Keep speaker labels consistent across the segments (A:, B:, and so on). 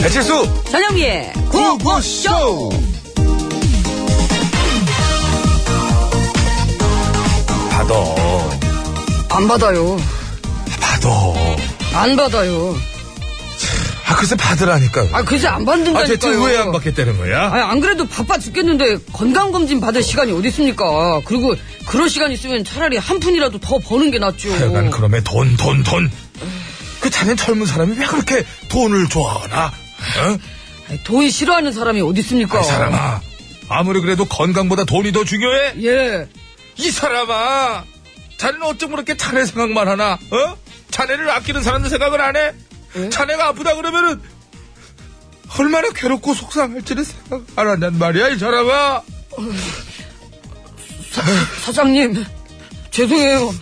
A: 배칠수
B: 전영미의
A: 구호쇼 받아
B: 안 받아요.
A: 받아
B: 안 받아요.
A: 아 글쎄 받으라니까요
B: 아, 글쎄 안
A: 아 대체
B: 받는다니까요.
A: 왜 안 받겠다는 거야?
B: 아니, 안 그래도 바빠 죽겠는데 건강검진 받을 시간이 어디 있습니까? 그리고 그럴 시간 있으면 차라리 한 푼이라도 더 버는 게 낫죠.
A: 하여간 그놈의 돈 돈 돈 그 자네 젊은 사람이 왜 그렇게 돈을 좋아하나? 어?
B: 아니, 돈 싫어하는 사람이 어디 있습니까?
A: 이 사람아 아무리 그래도 건강보다 돈이 더 중요해?
B: 예.
A: 이 사람아 자네는 어쩜 그렇게 자네 생각만 하나 어? 자네를 아끼는 사람들 생각을 안 해? 자네가 아프다 그러면은 얼마나 괴롭고 속상할지는 생각 안 한단 말이야 이 사람아
B: 사장님, 죄송해요.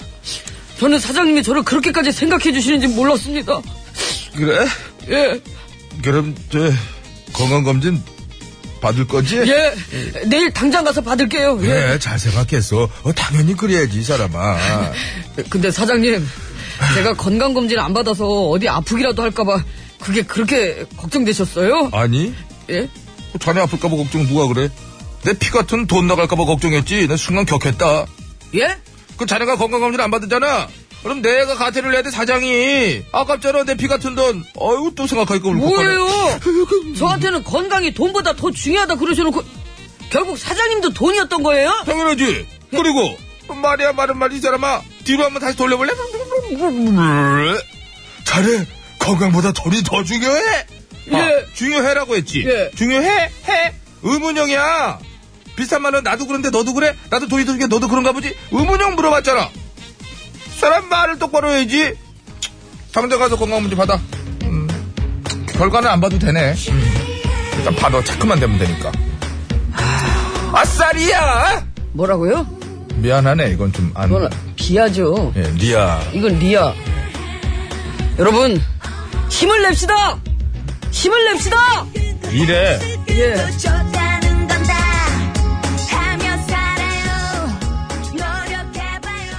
B: 저는 사장님이 저를 그렇게까지 생각해 주시는지 몰랐습니다.
A: 그래?
B: 예,
A: 그럼 저 건강검진 받을 거지?
B: 예. 내일 당장 가서 받을게요. 예.
A: 그래 잘 생각했어 어, 당연히 그래야지 이 사람아
B: 근데 사장님, 제가 건강검진 안 받아서 어디 아프기라도 할까봐 그게 그렇게 걱정되셨어요?
A: 아니
B: 예?
A: 자네 아플까봐 걱정 누가 그래 내 피 같은 돈 나갈까봐 걱정했지 나 순간 격했다
B: 예?
A: 그 자네가 건강검진 안 받았잖아. 그럼 내가 가태를 내야 돼 사장이. 아깝잖아 내 피 같은 돈. 어이구 또 생각하니까 울컥하네.
B: 뭐예요? 저한테는 건강이 돈보다 더 중요하다 그러셔놓고 결국 사장님도 돈이었던 거예요?
A: 당연하지. 그리고 말이야 말은 말이 이 사람아. 뒤로 한번 다시 돌려볼래? 자네 건강보다 돈이 더 중요해.
B: 예.
A: 중요해라고 했지.
B: 예.
A: 중요해 해. 의문형이야. 비싼 말은 나도 그런데 너도 그래? 나도 돈이 더 중요해 너도 그런가 보지? 의문형 물어봤잖아. 사람 말을 똑바로 해야지. 당장 가서 건강문제 받아. 음, 결과는 안 봐도 되네. 음, 일단 받아. 체크만 되면 되니까. 아, 아싸리야!
B: 뭐라고요?
A: 미안하네, 이건 좀 안.
B: 이건 비하죠.
A: 예, 리아.
B: 이건 리아. 여러분, 힘을 냅시다! 힘을 냅시다!
A: 이래.
B: 예.
C: 줬다는 건다 하며 살아요 노력해봐요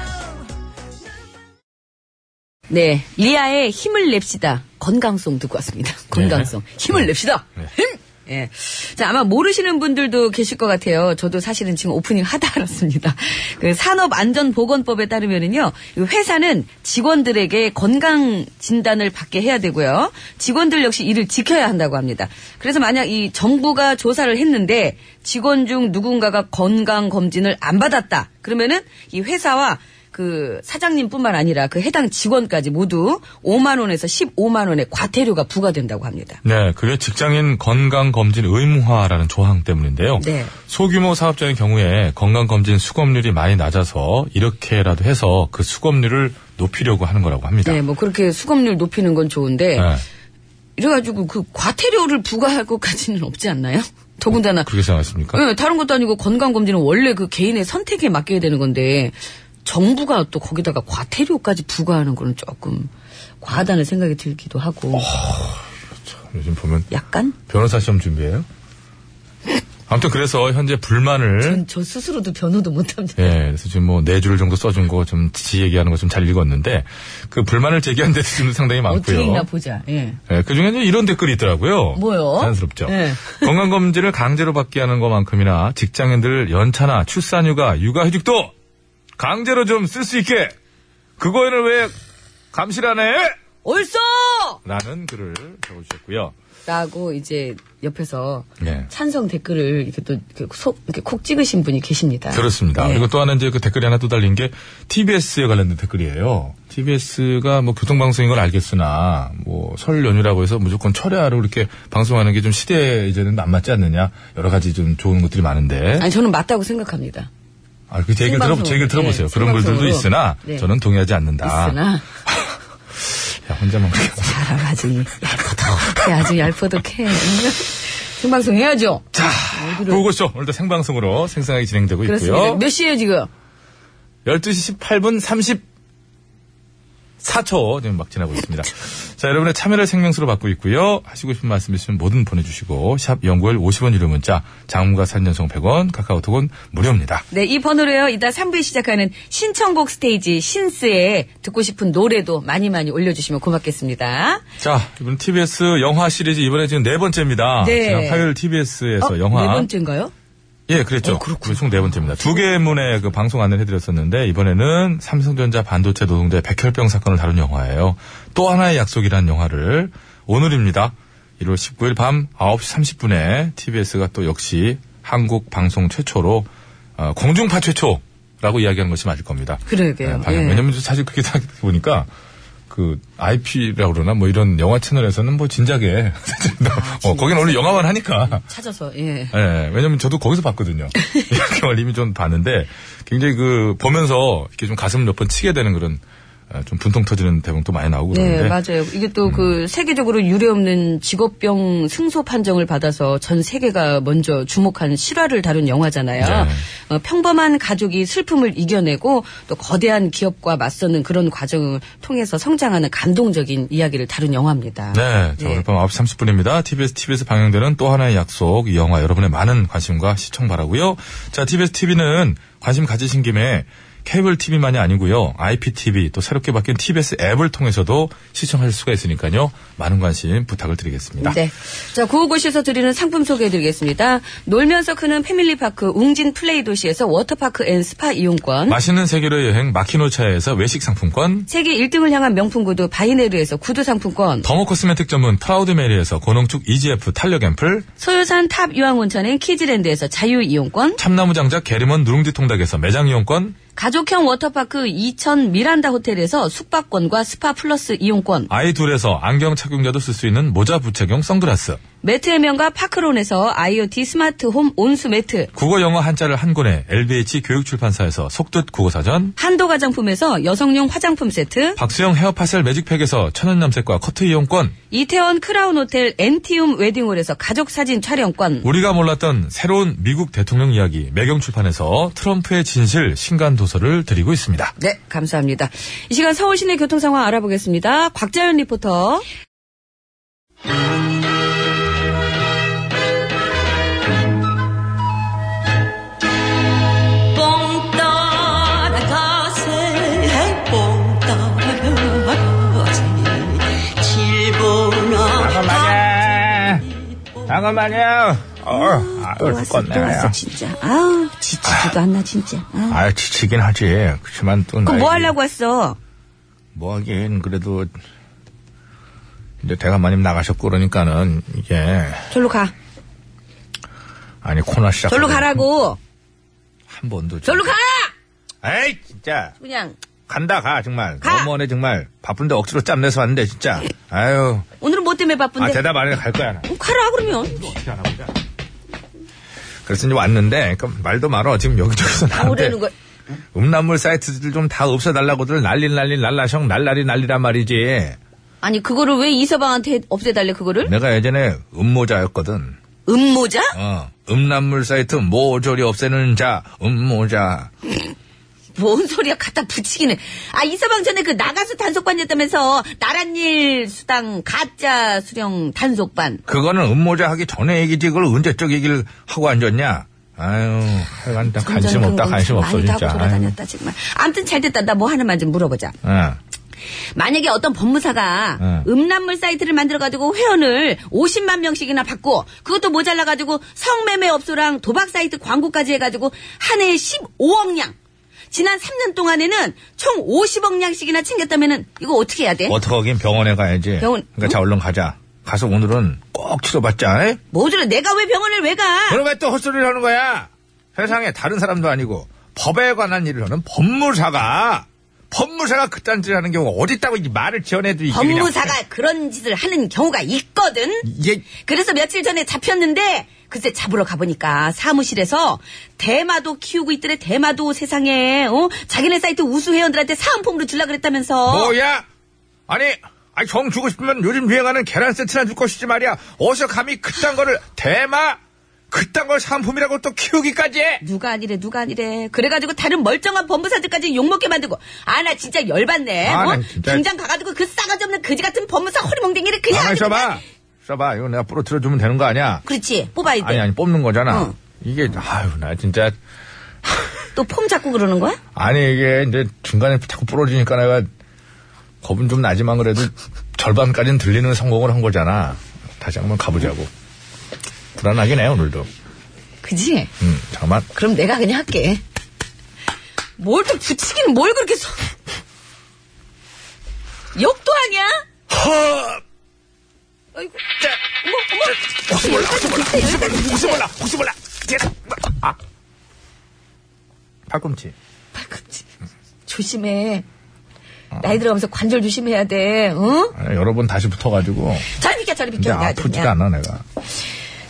B: 네. 리아의 힘을 냅시다. 건강송 듣고 왔습니다. 건강송. 힘을 냅시다. 힘! 예. 자, 아마 모르시는 분들도 계실 것 같아요. 저도 사실은 지금 오프닝 하다 알았습니다. 그 산업안전보건법에 따르면은요, 이 회사는 직원들에게 건강 진단을 받게 해야 되고요. 직원들 역시 이를 지켜야 한다고 합니다. 그래서 만약 이 정부가 조사를 했는데 직원 중 누군가가 건강검진을 안 받았다. 그러면은 이 회사와 그 사장님뿐만 아니라 그 해당 직원까지 모두 5만 원에서 15만 원의 과태료가 부과된다고 합니다.
D: 네, 그게 직장인 건강검진 의무화라는 조항 때문인데요.
B: 네.
D: 소규모 사업자인 경우에 건강검진 수검률이 많이 낮아서 이렇게라도 해서 그 수검률을 높이려고 하는 거라고 합니다.
B: 네, 뭐 그렇게 수급률 높이는 건 좋은데
D: 네,
B: 이래가지고 그 과태료를 부과할 것까지는 없지 않나요? 더군다나
D: 그렇게 생각하십니까?
B: 네, 다른 것도 아니고 건강 검진은 원래 그 개인의 선택에 맡겨야 되는 건데 정부가 또 거기다가 과태료까지 부과하는 거는 조금 과하다는 생각이 들기도
D: 어.
B: 하고
D: 요즘 보면
B: 약간
D: 변호사 시험 준비해요? 아무튼 그래서 현재 불만을
B: 전, 저 스스로도 변호도 못합니다.
D: 예, 그래서 지금 뭐 네 줄 정도 써준 거 좀 지 얘기하는 거 좀 잘 읽었는데 그 불만을 제기한 데도 상당히
B: 어떻게 있나
D: 많고요.
B: 보자. 예.
D: 예, 그 중에 이런 댓글이 있더라고요.
B: 뭐요?
D: 자연스럽죠.
B: 예.
D: 건강검진을 강제로 받게 하는 것만큼이나 직장인들 연차나 출산휴가, 육아휴직도 강제로 좀 쓸 수 있게 그거를 왜 감시를 안 해?
B: 얼쏘!
D: 라는 글을 적어주셨고요.
B: 라고 이제 옆에서
D: 네.
B: 찬성 댓글을 이렇게 또 이렇게 속 이렇게 콕 찍으신 분이 계십니다.
D: 그렇습니다.
B: 예.
D: 그리고 또 하나 이제 그 댓글이 하나 또 달린 게 TBS에 관련된 댓글이에요. TBS가 뭐 교통방송인 건 알겠으나 뭐 설 연휴라고 해서 무조건 철야로 이렇게 방송하는 게 좀 시대에 이제는 안 맞지 않느냐 여러 가지 좀 좋은 것들이 많은데
B: 아니 저는 맞다고 생각합니다.
D: 아, 그, 제 얘기를 들어,
B: 생방송으로.
D: 제 얘기를 들어보세요.
B: 네,
D: 그런 글들도
B: 생방송으로.
D: 있으나,
B: 네.
D: 저는 동의하지 않는다.
B: 있으나
D: 야, 혼자만 그렇게.
B: 사람 아주 얄퍼덕해 아주 얄퍼덕해. 생방송 해야죠.
D: 자, 보고쇼. 오늘도 생방송으로 생생하게 진행되고
B: 그렇습니다. 네.
D: 있고요.
B: 몇 시예요 지금?
D: 12시 18분 30, 4초 지금 막 지나고 있습니다. 자, 여러분의 참여를 생명수로 받고 있고요. 하시고 싶은 말씀 있으면 뭐든 보내주시고 샵 연구일 50원 유료 문자 장문과 산연송 100원 카카오톡은 무료입니다.
B: 네, 이 번호로요. 이따 3부에 시작하는 신청곡 스테이지 신스에 듣고 싶은 노래도 많이 많이 올려주시면 고맙겠습니다.
D: 자, 이번 TBS 영화 시리즈 이번에 지금 네 번째입니다.
B: 네.
D: 지난 화요일 TBS에서
B: 어,
D: 영화
B: 네 번째인가요?
D: 예, 그랬죠. 그렇군요. 총네 번째입니다. 두 개문에 그 방송 안내를 해드렸었는데, 이번에는 삼성전자 반도체 노동자 백혈병 사건을 다룬 영화예요. 또 하나의 약속이라는 영화를 오늘입니다. 1월 19일 밤 9시 30분에 TBS가 또 역시 한국 방송 최초로, 어, 공중파 최초! 라고 이야기하는 것이 맞을 겁니다.
B: 그러게요.
D: 네, 방향.
B: 예.
D: 왜냐면 사실 그게 다 보니까, 그, IP라고 그러나, 뭐 이런 영화 채널에서는 뭐 진작에, 어, 거긴 원래 영화만 하니까.
B: 찾아서, 예.
D: 예, 왜냐면 저도 거기서 봤거든요. 이렇게 말림이 좀 봤는데 굉장히 그 보면서 이렇게 좀 가슴 몇 번 치게 되는 그런 아, 좀 분통 터지는 대목도 많이 나오고
B: 네,
D: 그러는데
B: 맞아요. 이게 또 그 세계적으로 유례없는 직업병 승소 판정을 받아서 전 세계가 먼저 주목한 실화를 다룬 영화잖아요.
D: 네.
B: 어, 평범한 가족이 슬픔을 이겨내고 또 거대한 기업과 맞서는 그런 과정을 통해서 성장하는 감동적인 이야기를 다룬 영화입니다.
D: 네, 자,
B: 예.
D: 오늘 밤 9시 30분입니다. TBS, TV에서 방영되는 또 하나의 약속, 이 영화 여러분의 많은 관심과 시청 바라고요 자, TBS TV는 관심 가지신 김에 케이블 TV만이 아니고요 IPTV, 또 새롭게 바뀐 TBS 앱을 통해서도 시청하실 수가 있으니까요. 많은 관심 부탁을 드리겠습니다.
B: 네. 자, 구호고시에서 드리는 상품 소개해드리겠습니다. 놀면서 크는 패밀리파크 웅진 플레이 도시에서 워터파크 앤 스파 이용권.
D: 맛있는 세계로 여행 마키노차에서 외식 상품권,
B: 세계 1등을 향한 명품 구두 바이네르에서 구두 상품권.
D: 더모 코스메틱 전문 프라우드 메리에서 고농축 EGF 탄력 앰플,
B: 소유산 탑 유황 온천인 키즈랜드에서 자유 이용권,
D: 참나무 장작 게리먼 누룽지 통닭에서 매장 이용권,
B: 가족형 워터파크 이천 미란다 호텔에서 숙박권과 스파 플러스 이용권,
D: 아이 둘에서 안경 착용자도 쓸 수 있는 모자 부착용 선글라스,
B: 매트의 명가 파크론에서 IoT 스마트 홈 온수 매트,
D: 국어 영어 한자를 한 권에 LBH 교육출판사에서 속뜻 국어사전,
B: 한도 가장품에서 여성용 화장품 세트,
D: 박수영 헤어파셀 매직팩에서 천연 염색과 커트 이용권,
B: 이태원 크라운 호텔 엔티움 웨딩홀에서 가족 사진 촬영권,
D: 우리가 몰랐던 새로운 미국 대통령 이야기 매경출판에서 트럼프의 진실 신간 도서를 드리고 있습니다.
B: 네, 감사합니다. 이 시간 서울 시내 교통 상황 알아보겠습니다. 곽자연 리포터.
A: 당근마냥! 당근마냥! 어,
B: 뭐
A: 아유, 죽겠네.
B: 왔어, 진짜. 아우, 지치지도 않나, 진짜. 아우.
A: 아 지치긴 하지. 그렇지만 또.
B: 그럼 뭐
A: 나이-
B: 하려고 왔어?
A: 뭐 하긴, 그래도. 이제 대감마님 나가셨고 그러니까는, 이게.
B: 절로 가.
A: 아니, 코너 시작.
B: 절로 가라고.
A: 한 번도. 좀-
B: 절로 가!
A: 에이, 진짜.
B: 그냥.
A: 간다, 가, 정말.
B: 가!
A: 너무하네, 정말. 바쁜데 억지로 짬내서 왔는데, 진짜. 아유.
B: 오늘은 뭐 때문에 바쁜데?
A: 아, 대답 안 해, 갈 거야, 나.
B: 어, 가라, 그러면.
A: 그래서 이제 왔는데, 그 말도 말어. 지금 여기저기서 나한테.
B: 오래는 그 거.
A: 음란물 사이트들 좀 다 없애달라고들 난리 난리 날라성 날라리 난리란 말이지.
B: 아니, 그거를 왜 이서방한테 없애달래, 그거를?
A: 내가 예전에 음모자였거든.
B: 음모자?
A: 어, 음란물 사이트 모조리 없애는 자, 음모자.
B: 뭔 소리야, 갖다 붙이기는. 아, 이서방 전에 그 나가수 단속반이었다면서, 나란일 수당 가짜 수령 단속반.
A: 그거는 음모자 하기 전에 얘기지. 그걸 언제적 얘기를 하고 앉았냐? 아유, 하여간 나 관심
B: 금전
A: 없다,
B: 금고
A: 관심
B: 참
A: 없어,
B: 많이도
A: 진짜.
B: 하고
A: 아유,
B: 돌아다녔다, 정말. 암튼 잘 됐다. 나 뭐 하나만 좀 물어보자.
A: 어.
B: 만약에 어떤 법무사가
A: 응.
B: 음란물 사이트를 만들어가지고 회원을 50만 명씩이나 받고 그것도 모자라가지고 성매매 업소랑 도박 사이트 광고까지 해가지고 한 해에 15억량 지난 3년 동안에는 총 50억량씩이나 챙겼다면은 이거 어떻게 해야 돼?
A: 어떻게 하긴 병원에 가야지.
B: 병원-
A: 그러니까 자, 얼른 가자. 가서 오늘은 꼭 치료받자. 에?
B: 뭐주로 내가 왜 병원을 왜 가?
A: 그럼 왜 또 헛소리를 하는 거야? 세상에 다른 사람도 아니고 법에 관한 일을 하는 법무사가 법무사가 그딴 짓을 하는 경우가 어딨다고 이 말을 지어내도 이게 그냥-
B: 법무사가 그런 짓을 하는 경우가 있거든.
A: 이게
B: 그래서 며칠 전에 잡혔는데 글쎄 잡으러 가보니까 사무실에서 대마도 키우고 있더래 대마도 세상에 어? 자기네 사이트 우수 회원들한테 사은품으로 줄라 그랬다면서
A: 뭐야? 아니 아니 정 주고 싶으면 요즘 유행하는 계란 세트나 줄 것이지 말이야 어디서 감히 그딴 거를 대마 그딴 걸 상품이라고 또 키우기까지 해?
B: 누가 아니래, 누가 아니래. 그래가지고 다른 멀쩡한 법무사들까지 욕먹게 만들고. 아, 나 진짜 열받네.
A: 아,
B: 어?
A: 나 진짜-
B: 당장 가가지고 그 싸가지 없는 거지 같은 법무사 허리멍댕이를 그냥.
A: 가만
B: 아주
A: 있어봐.
B: 그냥-
A: 있어봐. 이거 내가 부러뜨려 주면 되는 거 아니야?
B: 그렇지. 뽑아야 돼.
A: 아니, 아니, 뽑는 거잖아.
B: 응.
A: 이게, 아유, 나 진짜.
B: 또 폼 잡고 그러는 거야?
A: 아니, 이게 이제 중간에 자꾸 부러지니까 내가 겁은 좀 나지만 그래도 절반까지는 들리는 성공을 한 거잖아. 다시 한번 가보자고. 불안하긴 해, 오늘도.
B: 그지?
A: 음, 잠깐만.
B: 그럼 내가 그냥 할게. 뭘 또 붙이기는 뭘 그렇게 소... 욕도 하냐?
A: 허!
B: 아이고. 어머, 어머. 아,
A: 혹시 몰라, 혹시 몰라, 혹시 몰라, 혹시 몰라, 혹시 몰라. 아. 팔꿈치.
B: 발꿈치. 아, 그 조심해. 나이 들어가면서 관절 조심해야 돼. 응?
A: 아, 여러 번 다시 붙어가지고.
B: 잘 비켜, 잘
A: 근데
B: 비켜. 내가 아주
A: 아프지가
B: 그냥.
A: 않아, 내가.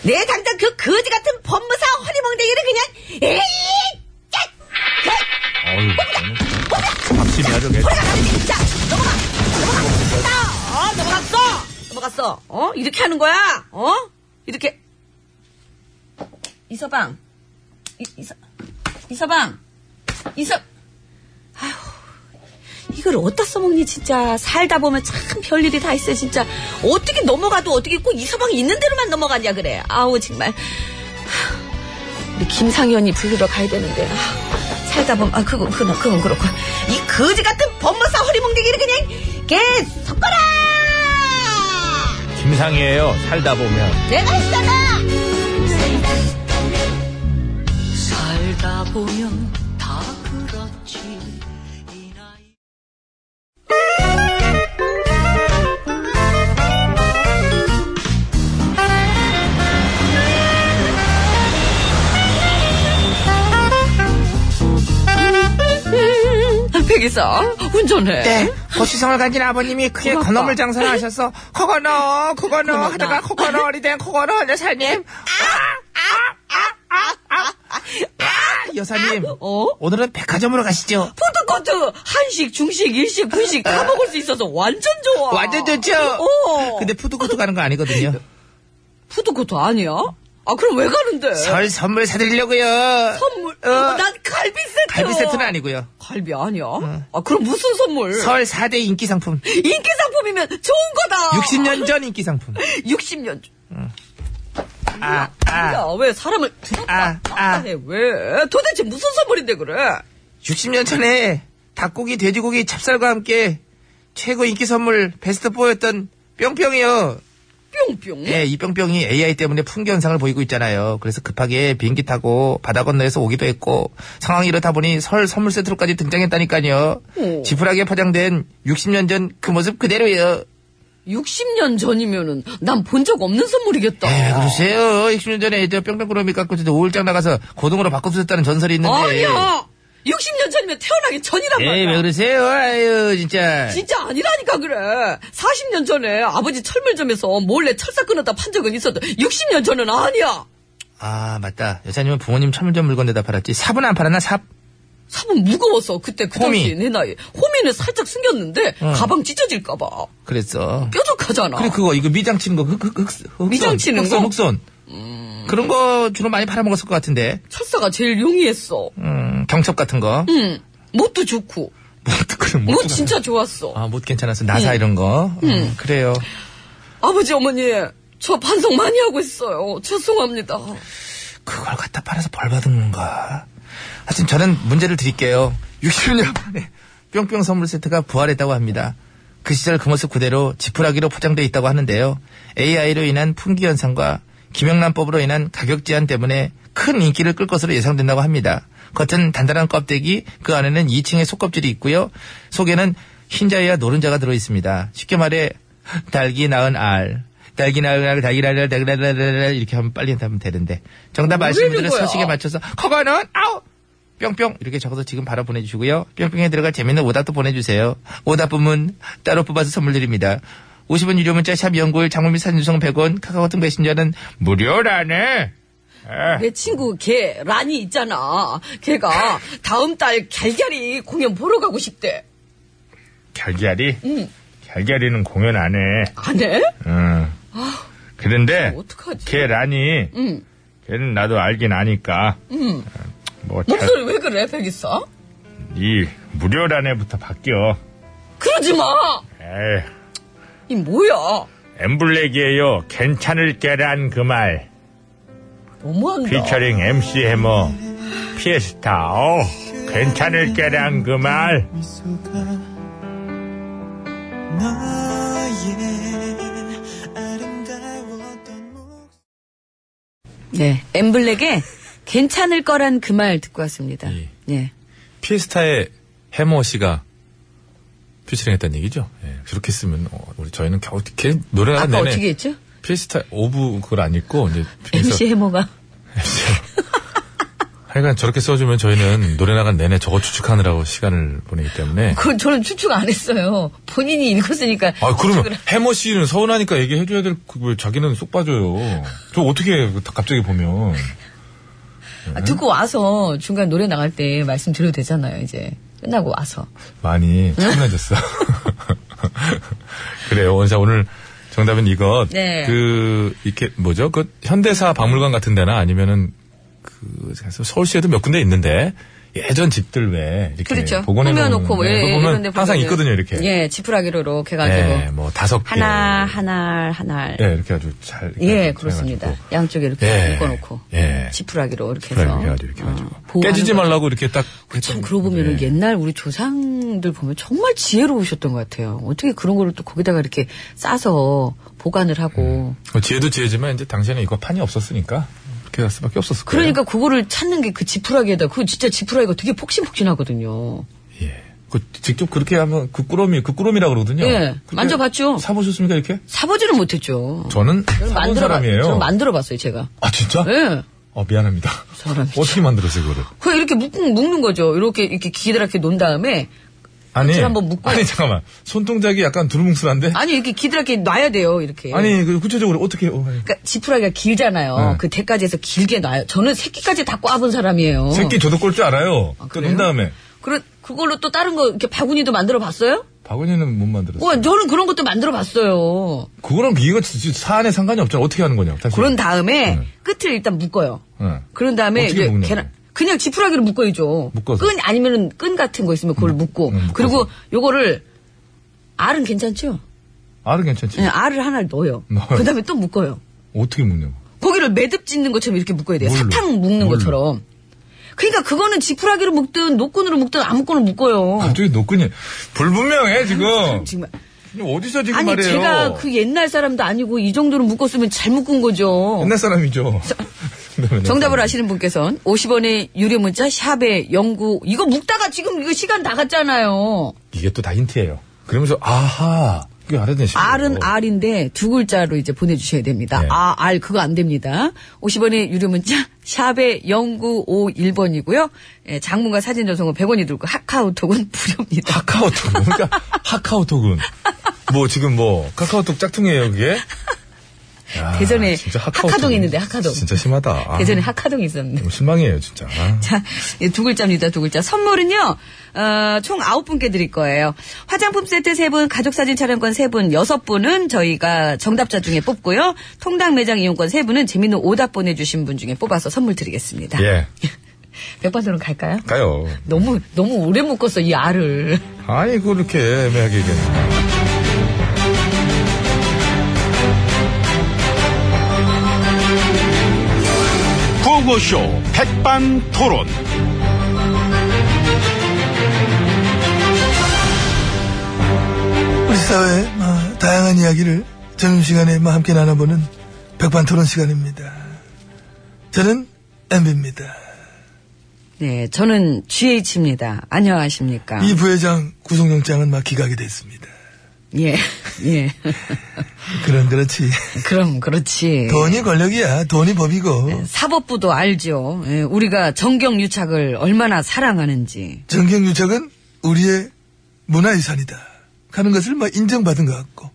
B: 내 당장 그 거지 같은 법무사 허리멍댕이를 그냥 에이!
D: 어휴,
A: 음.
D: 밥심이 아주 개.
B: 자, 넘어가. 넘어가. 어, 넘어갔어. 넘어갔어. 어? 이렇게 하는 거야. 어? 이렇게. 이서방. 이, 이서, 이서방. 이서. 아휴. 이걸 어디다 써먹니, 진짜. 살다 보면 참 별일이 다 있어, 진짜. 어떻게 넘어가도 어떻게 꼭 이서방이 있는 대로만 넘어가냐, 그래. 아우, 정말. 하, 우리 김상현이 부르러 가야 되는데. 아, 살다 보면, 아, 그건, 그건, 그건 그렇고. 이 거지 같은 법무사 허리멍댕이를 그냥, 개, 섞어라!
D: 김상이에요. 살다 보면.
B: 내가 했잖아! 음, 백이사, 운전해.
A: 네. 고추성을 가진 아버님이 크게
B: 고맙다.
A: 건어물 장사를 하셔서 코건어 코건어
B: 고맙다.
A: 하다가 코건어 리된 코건어 여사님 아, 여사님
B: 어?
A: 오늘은 백화점으로 가시죠
B: 푸드코트 한식, 중식, 일식, 분식 다 먹을 수 있어서 완전 좋아.
A: 아, 완전 좋죠
B: 어.
A: 근데 푸드코트 가는 거 아니거든요
B: 푸드코트 아니야? 아 그럼 왜 가는데?
A: 설 선물 사드리려고요
B: 선물?
A: 어.
B: 어, 난 갈비 세트.
A: 갈비 세트는 아니고요 어.
B: 갈비 아니야? 아 그럼 무슨 선물?
A: 설 4대 인기 상품
B: 인기 상품이면 좋은 거다.
A: 60년 전 인기 상품
B: 60년.
A: 아, 아.
B: 야왜 사람을 두렵다
A: 아, 아.
B: 해? 왜? 도대체 무슨 선물인데 그래?
A: 60년 전에 닭고기, 돼지고기, 찹쌀과 함께 최고 인기 선물 베스트 4였던 뿅뿅이요.
B: 뿅뿅.
A: 예, 이 뿅뿅이 AI 때문에 풍기 현상을 보이고 있잖아요. 그래서 급하게 비행기 타고 바다 건너에서 오기도 했고 상황이 이렇다 보니 설 선물 세트로까지 등장했다니까요.
B: 오.
A: 지푸라기에 포장된 60년 전 그 모습 그대로예요.
B: 60년 전이면은 난 본 적 없는 선물이겠다.
A: 에 예, 그러세요. 60년 전에 저 뿅뿅꾸러미 깎고 저도 오일장 나가서 고등어로 바꿔주셨다는 전설이 있는데.
B: 아니야. 60년 전이면 태어나기 전이란 말이야.
A: 에이, 왜 그러세요? 아유, 진짜.
B: 진짜 아니라니까 그래. 40년 전에 아버지 철물점에서 몰래 철사 끊었다 판 적은 있어도 60년 전은 아니야.
A: 아, 맞다. 여사님은 부모님 철물점 물건 대다 팔았지. 삽은 안 팔았나, 삽?
B: 삽은 무거워서 그때 그
A: 호미.
B: 당시 내 나이 호미는 살짝 숨겼는데
A: 응.
B: 가방 찢어질까봐
A: 그랬어.
B: 뾰족하잖아.
A: 그리고 그거, 이거 미장 치는 거, 흑, 흑, 흑, 흑손.
B: 미장 치는
A: 흑손,
B: 거?
A: 흑손. 그런 거 주로 많이 팔아먹었을 것 같은데.
B: 철사가 제일 용이했어.
A: 음, 경첩 같은 거.
B: 응. 못도 좋고.
A: 못, 그런
B: 못
A: 못.
B: 뭐, 진짜 좋았어.
A: 아, 못 괜찮았어. 나사 이런 거. 음, 그래요.
B: 아버지 어머니 저 반성 많이 하고 있어요. 죄송합니다.
A: 그걸 갖다 팔아서 벌 받은가. 하여튼 저는 문제를 드릴게요. 60년 만에 뿅뿅 선물 세트가 부활했다고 합니다. 그 시절 그 모습 그대로 지푸라기로 포장되어 있다고 하는데요. AI로 인한 풍기 현상과 김영란법으로 인한 가격 제한 때문에 큰 인기를 끌 것으로 예상된다고 합니다. 겉은 단단한 껍데기, 그 안에는 2층의 속껍질이 있고요. 속에는 흰자와 노른자가 들어 있습니다. 쉽게 말해 달기 낳은 알, 달기 낳은 알, 달기 낳은 알, 달기 낳은 알, 달기 낳은 알 이렇게 하면 빨리 하면 되는데 정답 아시는
B: 이런
A: 분들은
B: 거야?
A: 서식에 맞춰서 그거는 아우 뿅뿅 이렇게 적어서 지금 바로 보내주시고요. 뿅뿅에 들어갈 재밌는 오답도 보내주세요. 오답 부문 따로 뽑아서 선물 드립니다. 50원 유료 문자 샵 연구일 장문 및 사진 주성 100원 카카오톡 메신저는 무료라네.
B: 내 친구 걔 란이 있잖아. 걔가 다음 달 갤갤이 공연 보러 가고 싶대.
D: 결결이? 결결이는 공연 안 해.
B: 안 해?
A: 어.
D: 음. 그런데
B: 아, 네? 어떡하지?
D: 걔 란이
B: 응.
D: 걔는 나도 알긴 아니까.
A: 어,
D: 뭐, 잘,
B: 목소리 왜 그래, 백이사?
D: 이, 무료란 애부터 바뀌어.
B: 그러지 마!
D: 에이,
B: 이 뭐야?
D: 엠블랙이에요. 괜찮을 게란 그 말.
B: 너무한다.
D: 피처링 MC 해머. 피에스타, 어 괜찮을 게란 그 말.
E: 미소가 나의 아름다웠던 목
B: 네, 엠블랙의 괜찮을 거란 그 말 듣고 왔습니다.
D: 예.
B: 예.
D: 피에스타의 해머 씨가 피처링 했다는 얘기죠. 예, 그렇게 쓰면, 어, 우리 저희는 겨우, 걔 노래가
B: 아까 어떻게 했죠?
D: 피에스타 오브 그걸 안 읽고, 이제,
B: MC 해머가.
D: 하여간 저렇게 써주면 저희는 노래 나간 내내 저거 추측하느라고 시간을 보내기 때문에.
B: 그건 저는 추측 안 했어요. 본인이 읽었으니까.
D: 아, 그러면
B: 추측을 하-
D: 해머 씨는 서운하니까 얘기해줘야 될, 그, 왜 자기는 쏙 빠져요. 저 어떻게, 그 갑자기 보면.
B: 아, 듣고 와서 중간 노래 나갈 때 말씀드려도 되잖아요, 이제. 끝나고 와서.
D: 많이 차분해졌어. 그래요. 원자 오늘 정답은 이것.
B: 네.
D: 그, 이렇게, 뭐죠? 그, 현대사 박물관 같은 데나 아니면은, 그, 그래서 서울시에도 몇 군데 있는데, 예전 집들 왜, 이렇게.
B: 그렇죠.
D: 복원해
B: 꾸며놓고,
D: 놓은
B: 예,
D: 거
B: 예,
D: 보면
B: 이런데
D: 항상
B: 보면은.
D: 있거든요, 이렇게.
B: 예, 지푸라기로 이렇게 해가지고.
D: 예, 뭐, 다섯 개.
B: 하나, 하나, 하나.
D: 예, 이렇게 아주 잘. 이렇게
B: 예,
D: 아주
B: 그렇습니다.
D: 해가지고.
B: 양쪽에 이렇게
D: 네, 예.
B: 묶어놓고.
D: 예.
B: 지푸라기로 이렇게
D: 그래,
B: 해서.
D: 이렇게 아주 이렇게
B: 어,
D: 해가지고.
B: 보호하는
D: 깨지지
B: 거죠.
D: 말라고 이렇게 딱.
B: 참,
D: 했던-
B: 그러고 보면은
D: 예.
B: 옛날 우리 조상들 보면 정말 지혜로우셨던 것 같아요. 어떻게 그런 거를 또 거기다가 이렇게 싸서 보관을 하고.
D: 뭐 지혜도 지혜지만 이제 당시에는 이거 판이 없었으니까 그렇게 할 수밖에 없었을 거예요.
B: 그러니까 그거를 찾는 게 그 지푸라기에다, 그 진짜 지푸라기가 되게 폭신폭신하거든요.
D: 예. 그 직접 그렇게 하면 그 꾸러미 그 꾸러미라 그러거든요.
B: 예,
D: 그렇게
B: 만져봤죠.
D: 사보셨습니까 이렇게?
B: 사보지는 못했죠.
D: 저는
B: 저는
D: 사본
B: 만들어봤- 저는
D: 사람이에요.
B: 만들어봤어요, 제가.
D: 아 진짜?
B: 예.
D: 어 미안합니다.
B: 사람이
D: 어떻게 만들었어요 그거를?
B: 그 이렇게 묶는, 묶는 거죠. 이렇게, 이렇게 기다랗게 놓은 다음에.
D: 아니
B: 줄 한번 묶고.
D: 아니 잠깐만 손 동작이 약간 두루뭉술한데?
B: 아니, 예. 이렇게 기다랗게 놔야 돼요, 이렇게.
D: 아니 그 구체적으로 어떻게? 어, 아니.
B: 그러니까 지푸라기가 길잖아요.
D: 네.
B: 그 대까지 해서 길게 놔요. 저는 새끼까지 다 꽈본 사람이에요.
D: 새끼 저도 꼴 줄 알아요.
B: 어. 아,
D: 그
B: 그래요?
D: 논 다음에
B: 그래, 그걸로 또 다른 거, 이렇게 바구니도 만들어 봤어요?
D: 바구니는 못 만들었어요.
B: 와, 저는 그런 것도 만들어 봤어요.
D: 그거랑 이거 진짜 사안에 상관이 없잖아. 어떻게 하는 거냐? 사실.
B: 그런 다음에
D: 네.
B: 끝을 일단 묶어요.
D: 네.
B: 그런 다음에
D: 어떻게
B: 이제
D: 묶냐고.
B: 계란- 그냥 지푸라기로 묶어야죠.
D: 묶어서.
B: 끈 아니면은 끈 같은 거 있으면 그걸 묶고
D: 음, 묶어서.
B: 그리고 요거를 알은 괜찮죠?
D: 알은 괜찮지.
B: 네, 알을 하나 넣어요.
D: 넣어요.
B: 그다음에 또 묶어요.
D: 어떻게 묶냐고.
B: 고기를 매듭 짓는 것처럼 이렇게 묶어야 돼요.
D: 뭘로?
B: 사탕 묶는
D: 뭘로?
B: 것처럼. 그러니까 그거는 지푸라기로 묶든 노끈으로 묶든 아무거나 묶어요.
D: 갑자기 노끈이 불분명해 지금.
B: 정말.
D: 어디서 지금
B: 아니
D: 말이에요?
B: 제가 그 옛날 사람도 아니고 이 정도로 묶었으면 잘 묶은 거죠.
D: 옛날 사람이죠. 네,
B: 정답을 아시는 분께서는 50원의 유료 문자 샵에 영구 이거 묶다가 지금 이거 시간 다 갔잖아요.
D: 이게 또 다 힌트예요. 그러면서 아하 이게 알아야 되시
B: R은 R인데 두 글자로 이제 보내주셔야 됩니다.
D: 어. 네.
B: 아, R 그거 안 됩니다. 50원의 유료 문자 샵에 0951번이고요. 예, 장문과 사진 전송은 100원이 들고 카카오톡은 무료입니다.
D: 카카오톡 그러니까 카카오톡은 뭐 지금 뭐 카카오톡 짝퉁이에요 그게. 야,
B: 대전에
D: 아, 진짜
B: 아, 하카동
D: 카카오톡은
B: 있는데, 하카동.
D: 진짜 심하다. 아,
B: 대전에 하카동이 있었는데.
D: 너무 실망이에요 진짜. 아.
B: 자, 예, 두 글자입니다, 두 글자. 선물은요, 어, 총 아홉 분께 드릴 거예요. 화장품 세트 세 분, 가족사진 촬영권 세 분, 여섯 분은 저희가 정답자 중에 뽑고요. 통당 매장 이용권 세 분은 재밌는 오답 보내주신 분 중에 뽑아서 선물 드리겠습니다.
D: 예
B: 백반도로 갈까요?
D: 가요.
B: 너무, 너무 오래 묶었어, 이 알을.
D: 아니 그렇게 애매하게 얘기해.
F: 구호쇼 백반 토론.
E: 우리 사회의 뭐, 다양한 이야기를 점심시간에 뭐, 함께 나눠보는 백반토론 시간입니다 저는 MB입니다
B: 네, 저는 GH입니다. 안녕하십니까.
E: 이 부회장 구속영장은 막 기각이 돼 있습니다
B: 예, 예.
E: 그런 그렇지
B: 그럼, 그렇지.
E: 돈이 권력이야 돈이 법이고
B: 사법부도 알죠. 예, 우리가 정경유착을 얼마나 사랑하는지.
E: 정경유착은 우리의 문화유산이다 하는 것을 막 인정받은 것 같고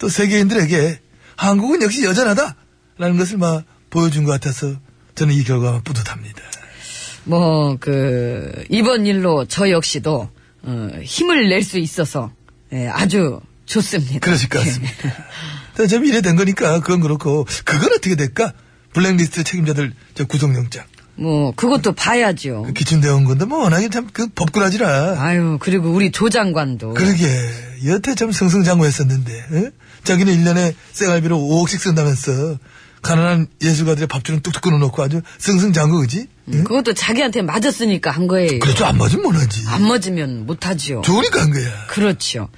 E: 또 세계인들에게 한국은 역시 여전하다 라는 것을 막 보여준 것 같아서 저는 이 결과가 뿌듯합니다.
B: 뭐, 그, 이번 일로 저 역시도, 어, 힘을 낼 수 있어서, 예, 아주 좋습니다. 예.
E: 그러실 것 같습니다. 참 이래 된 거니까 그건 그렇고 그건 어떻게 될까? 블랙리스트 책임자들 저 구속영장.
B: 뭐 그것도 봐야죠.
E: 그 기춘대원 건데 뭐 워낙에 참 그 법꾸라지라.
B: 아유 뭐. 그리고 우리 조 장관도
E: 그러게 여태 참 승승장구했었는데 응? 자기는 1년에 생활비로 5억씩 쓴다면서 가난한 예술가들의 밥줄은 뚝뚝 끊어놓고 아주 승승장구지?
B: 음, 그것도 자기한테 맞았으니까 한 거예요.
E: 그렇죠 안 맞으면 뭐하지
B: 안 맞으면 못하지요.
E: 좋으니까 한 거야
B: 그렇죠.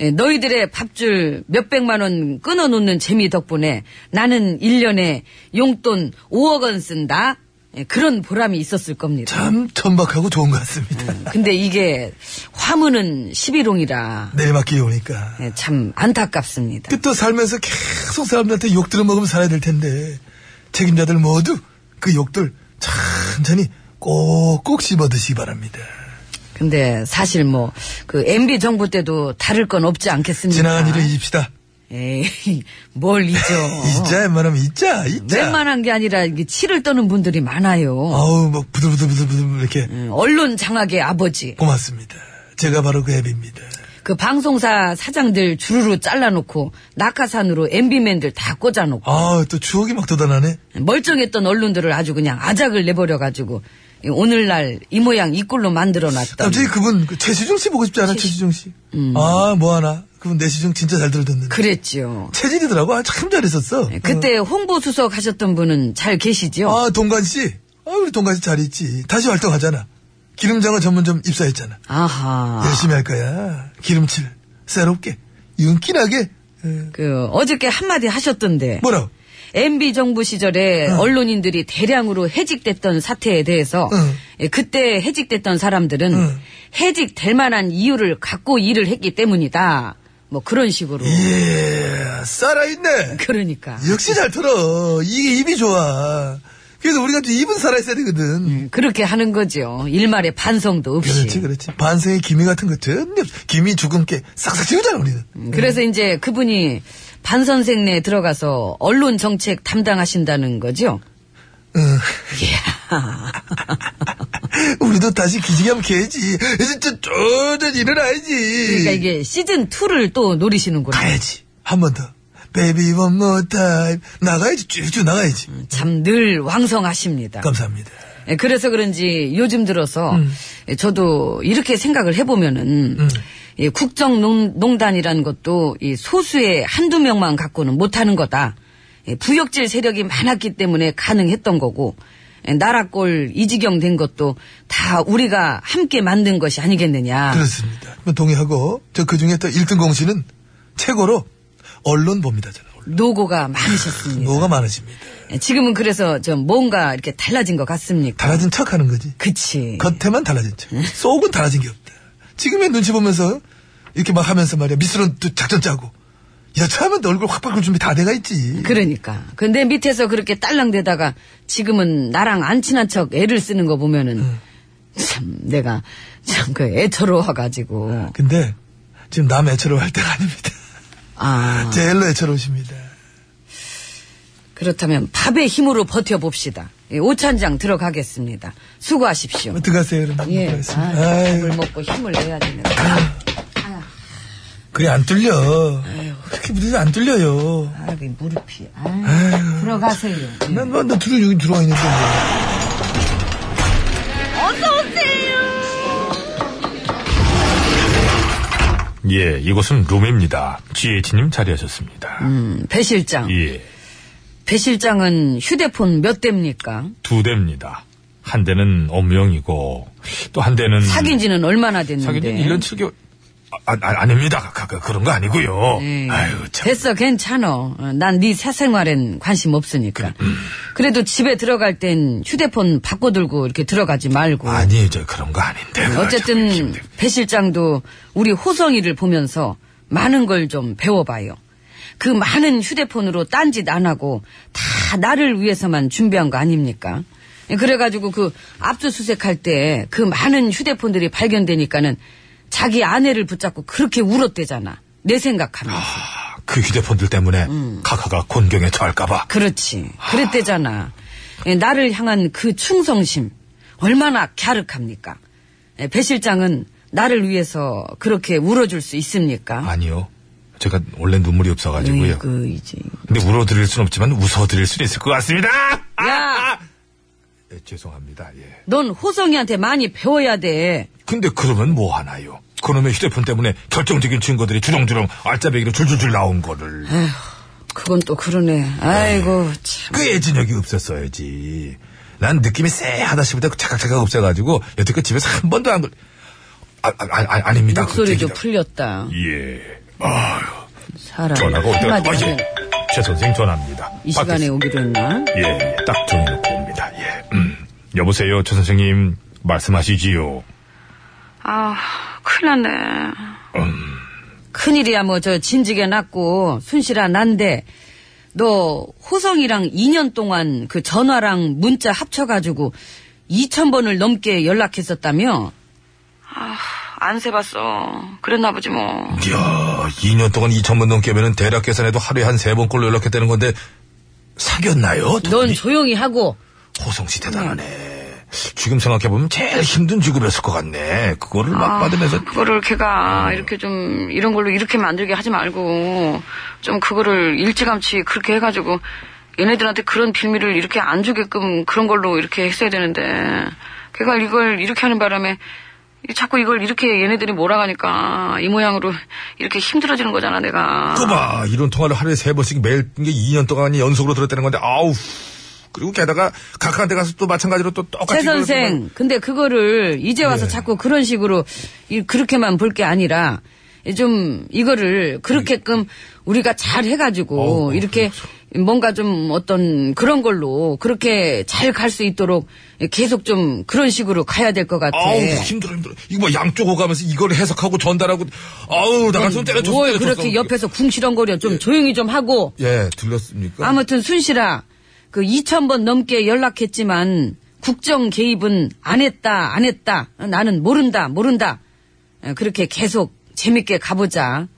B: 예, 너희들의 밥줄 몇백만 원 끊어놓는 재미 덕분에 나는 1년에 용돈 5억 원 쓴다. 예, 그런 보람이 있었을 겁니다.
E: 참 천박하고 좋은 것 같습니다
B: 근데 이게 화문은 11홍이라 예,
E: 내리막길이 오니까
B: 참 안타깝습니다.
E: 그 또 살면서 계속 사람들한테 욕 들어먹으면 살아야 될 텐데 책임자들 모두 그 욕들 천천히 꼭꼭 씹어 드시기 바랍니다
B: 근데 사실 뭐 그 MB 정부 때도 다를 건 없지 않겠습니까?
E: 지나간 일을 잊읍시다
B: 에이, 뭘 잊어.
E: 잊자 웬만하면 잊자 잊자
B: 웬만한 게 아니라 이게 치를 떠는 분들이 많아요.
E: 아우 뭐 부들부들부들부들 이렇게
B: 음, 언론 장악의 아버지.
E: 고맙습니다. 제가 바로 그 앱입니다.
B: 그 방송사 사장들 주르르 잘라놓고 낙하산으로 MB맨들 다 꽂아놓고
E: 아, 또 추억이 막 돋아나네.
B: 멀쩡했던 언론들을 아주 그냥 아작을 내버려가지고 이 오늘날 이 모양 이 꼴로 만들어놨다.
E: 갑자기 그분, 그 최시중 씨 보고 싶지 않아, 최시중 씨? 아, 뭐하나. 그분 내 시중 진짜 잘 들어줬는데.
B: 음. 그랬지요.
E: 체질이더라고. 아, 참 잘했었어.
B: 네, 그때 홍보수석 하셨던 분은 잘
E: 어.
B: 계시죠?
E: 아, 동관 씨. 아, 우리 동관 씨 잘 있지. 다시 활동하잖아. 기름장어 전문점 입사했잖아.
B: 아하.
E: 열심히 할 거야. 기름칠. 새롭게. 윤기나게. 에,
B: 그 어저께 한마디 하셨던데.
E: 뭐라고? 어.
B: MB 정부 시절에 언론인들이 대량으로 해직됐던 사태에 대해서
E: 응.
B: 예, 그때 해직됐던 사람들은
E: 응.
B: 해직될 만한 이유를 갖고 일을 했기 때문이다. 뭐 그런 식으로.
E: 예, 살아있네.
B: 그러니까.
E: 역시 잘 털어. 이게 입이 좋아. 그래서 우리가 좀 입은 살아있어야 되거든.
B: 그렇게 하는 거죠. 일말의 반성도 없이.
E: 그렇지, 그렇지. 반성의 기미 같은 거 전혀 없- 기미 죽은 게 싹싹 지우잖아, 우리는.
B: 래서 음, 이제 그분이 반선생내에 들어가서 언론 정책 담당하신다는 거죠.
E: 응. 우리도 다시 기지개 한번 개야지. 진짜 쪼든 일어나야지.
B: 그러니까 이게 시즌 2를 또 노리시는구나.
E: 가야지. 한 번 더. 베이비 원 모어 타임. 나가야지. 쭉쭉 나가야지.
B: 참 늘 왕성하십니다.
E: 감사합니다.
B: 예, 그래서 그런지 요즘 들어서
E: 음.
B: 예, 저도 이렇게 생각을 해보면은 예, 국정농단이라는 것도 이 소수의 한두 명만 갖고는 못하는 거다. 예, 부역질 세력이 많았기 때문에 가능했던 거고 예, 나라꼴 이지경 된 것도 다 우리가 함께 만든 것이 아니겠느냐.
E: 그렇습니다. 뭐 동의하고, 저 그 중에 또 1등 공신은 최고로 언론 봅니다, 저는.
B: 노고가 많으셨습니다.
E: 뭐가 많으십니다.
B: 예, 지금은 그래서 좀 뭔가 이렇게 달라진 것 같습니까?
E: 달라진 척 하는 거지.
B: 그치.
E: 겉에만 달라진 척.
B: 예.
E: 속은 달라진 게 없다. 지금의 눈치 보면서 이렇게 막 하면서 말이야. 미스런 또 작전 짜고. 여차하면 너 얼굴 확 바꿀 준비 다 돼가 있지.
B: 그러니까. 근데 밑에서 그렇게 딸랑대다가 지금은 나랑 안 친한 척 애를 쓰는 거 보면은 참 내가 참 그 애처로워가지고
E: 근데 지금 남 애처로워 할 때가 아닙니다.
B: 아
E: 제일로 애처로우십니다.
B: 그렇다면 밥의 힘으로 버텨봅시다. 예, 오찬장 들어가겠습니다. 수고하십시오.
E: 어떡하세요, 여러분.
B: 예, 아,
E: 들어가겠습니다.
B: 밥을
E: 아유,
B: 먹고 힘을 내야 되네.
E: 그래, 안 뚫려. 그렇게 부딪혀 안 뚫려요.
B: 아, 이 무릎이. 아, 들어가세요. 예.
E: 난, 난, 나 둘이 여기 들어와 있는데. 뭐.
D: 예, 이곳은 룸입니다. GH님 자리하셨습니다.
B: 음, 배 실장.
D: 예,
B: 배 실장은 휴대폰 몇 대입니까?
D: 두 대입니다. 한 대는 엄명이고, 또 한 대는.
B: 사귄 지는 얼마나 됐는데?
D: 사귄 지 1년 7개월. 아, 아, 아닙니다. 가- 가- 그런 거 어, 아니고요.
B: 에이,
D: 아유, 참.
B: 예, 됐어, 괜찮어. 난 네 사생활엔 관심 없으니까.
D: 음.
B: 그래도 집에 들어갈 땐 휴대폰 바꿔 들고 이렇게 들어가지 말고.
D: 아니, 저 그런 거 아닌데. 그거 참
B: 어쨌든
D: 힘들-
B: 배 실장도 우리 호성이를 보면서 많은 걸 좀 배워봐요. 그 많은 휴대폰으로 딴짓 안 하고 다 나를 위해서만 준비한 거 아닙니까? 그래가지고 그 압수수색할 때 그 많은 휴대폰들이 발견되니까는 자기 아내를 붙잡고 그렇게 울었대잖아. 내 생각하면.
D: 아, 그 휴대폰들 때문에
B: 음.
D: 카카가 곤경에 처할까봐.
B: 그렇지. 그랬대잖아. 예, 나를 향한 그 충성심 얼마나 갸륵합니까? 예, 배 실장은 나를 위해서 그렇게 울어줄 수 있습니까?
D: 아니요. 제가 원래 눈물이 없어가지고요.
B: 아이고, 이제.
D: 근데 울어드릴 순 없지만 웃어드릴 수는 있을 것 같습니다. 아!
B: 야,
D: 예, 죄송합니다. 예.
B: 넌 호성이한테 많이 배워야 돼.
D: 근데 그러면 뭐 하나요? 그놈의 휴대폰 때문에 결정적인 증거들이 주렁주렁 알짜배기로 줄줄줄 나온 거를.
B: 그건 또 그러네. 아이고, 참.
D: 그 애진혁이 없었어야지. 난 느낌이 쎄하다 싶을 때 착각착각 없어가지고 여태껏 집에서 한 번도 안 걸. 아, 아, 아, 아, 닙니다
B: 목소리도 풀렸다.
D: 예. 아유,
B: 사람.
D: 전화가 어디 갔다. 아,
B: 한마디로
D: 예. 최 선생 전화입니다.
B: 이 시간에 뭐- 오기로 했나?
D: 예, 예, 딱 정해놓고 옵니다. 예. 음. 여보세요, 최 선생님. 말씀하시지요.
B: 아, 큰일 났네. 큰일이야, 뭐, 저, 진지게 났고, 순실아, 난데, 너, 호성이랑 2년 동안 그 전화랑 문자 합쳐가지고, 2,000번을 넘게 연락했었다며? 아, 안 세봤어. 그랬나 보지, 뭐.
D: 이야, 2년 동안 2천만 넘게 면은 대략 계산해도 하루에 한 세 번꼴로 연락했다는 건데, 사귀었나요? 두
B: 넌 음.
D: 분이?
B: 조용히 하고,
D: 호성 씨 대단하네. 지금 생각해보면 제일 힘든 직업이었을 것 같네. 그거를 막 받으면서.
G: 그거를 걔가 이렇게 좀 이런 걸로 이렇게 만들게 하지 말고 좀 그거를 일찌감치 그렇게 해가지고 얘네들한테 그런 빌미를 이렇게 안 주게끔 그런 걸로 이렇게 했어야 되는데 걔가 이걸 이렇게 하는 바람에 이- 자꾸 이걸 이렇게 얘네들이 몰아가니까 이 모양으로 이렇게 힘들어지는 거잖아 내가
D: 그봐 이런 통화를 하루에 세 번씩 매일 이게 2년 동안 연속으로 들었다는 건데 아우 그리고 게다가 각하한테 가서 또 마찬가지로 또 똑같이 네.
B: 최 선생, 근데 그거를 이제 와서 자꾸 그런 식으로 이- 그렇게만 볼 게 아니라 좀 이거를 그렇게끔 우리가 잘
D: 어,
B: 해가지고 이렇게
D: 그렇죠.
B: 뭔가 좀 어떤 그런 걸로 그렇게 잘 갈 수 있도록 계속 좀 그런 식으로 가야 될 것 같아.
D: 아우 힘들어 힘들어 이거 뭐 양쪽 오가면서 이걸 해석하고 전달하고 아우 나 같으면 때려쳤어
B: 뭘
D: 때려쳤어.
B: 그렇게 옆에서 궁시렁거려 좀 조용히 좀 하고
D: 예 들렸습니까
B: 아무튼 순실아, 그 2,000번 넘게 연락했지만 국정 개입은 안 했다, 안 했다. 나는 모른다, 모른다. 어, 그렇게 계속 재밌게 가보자.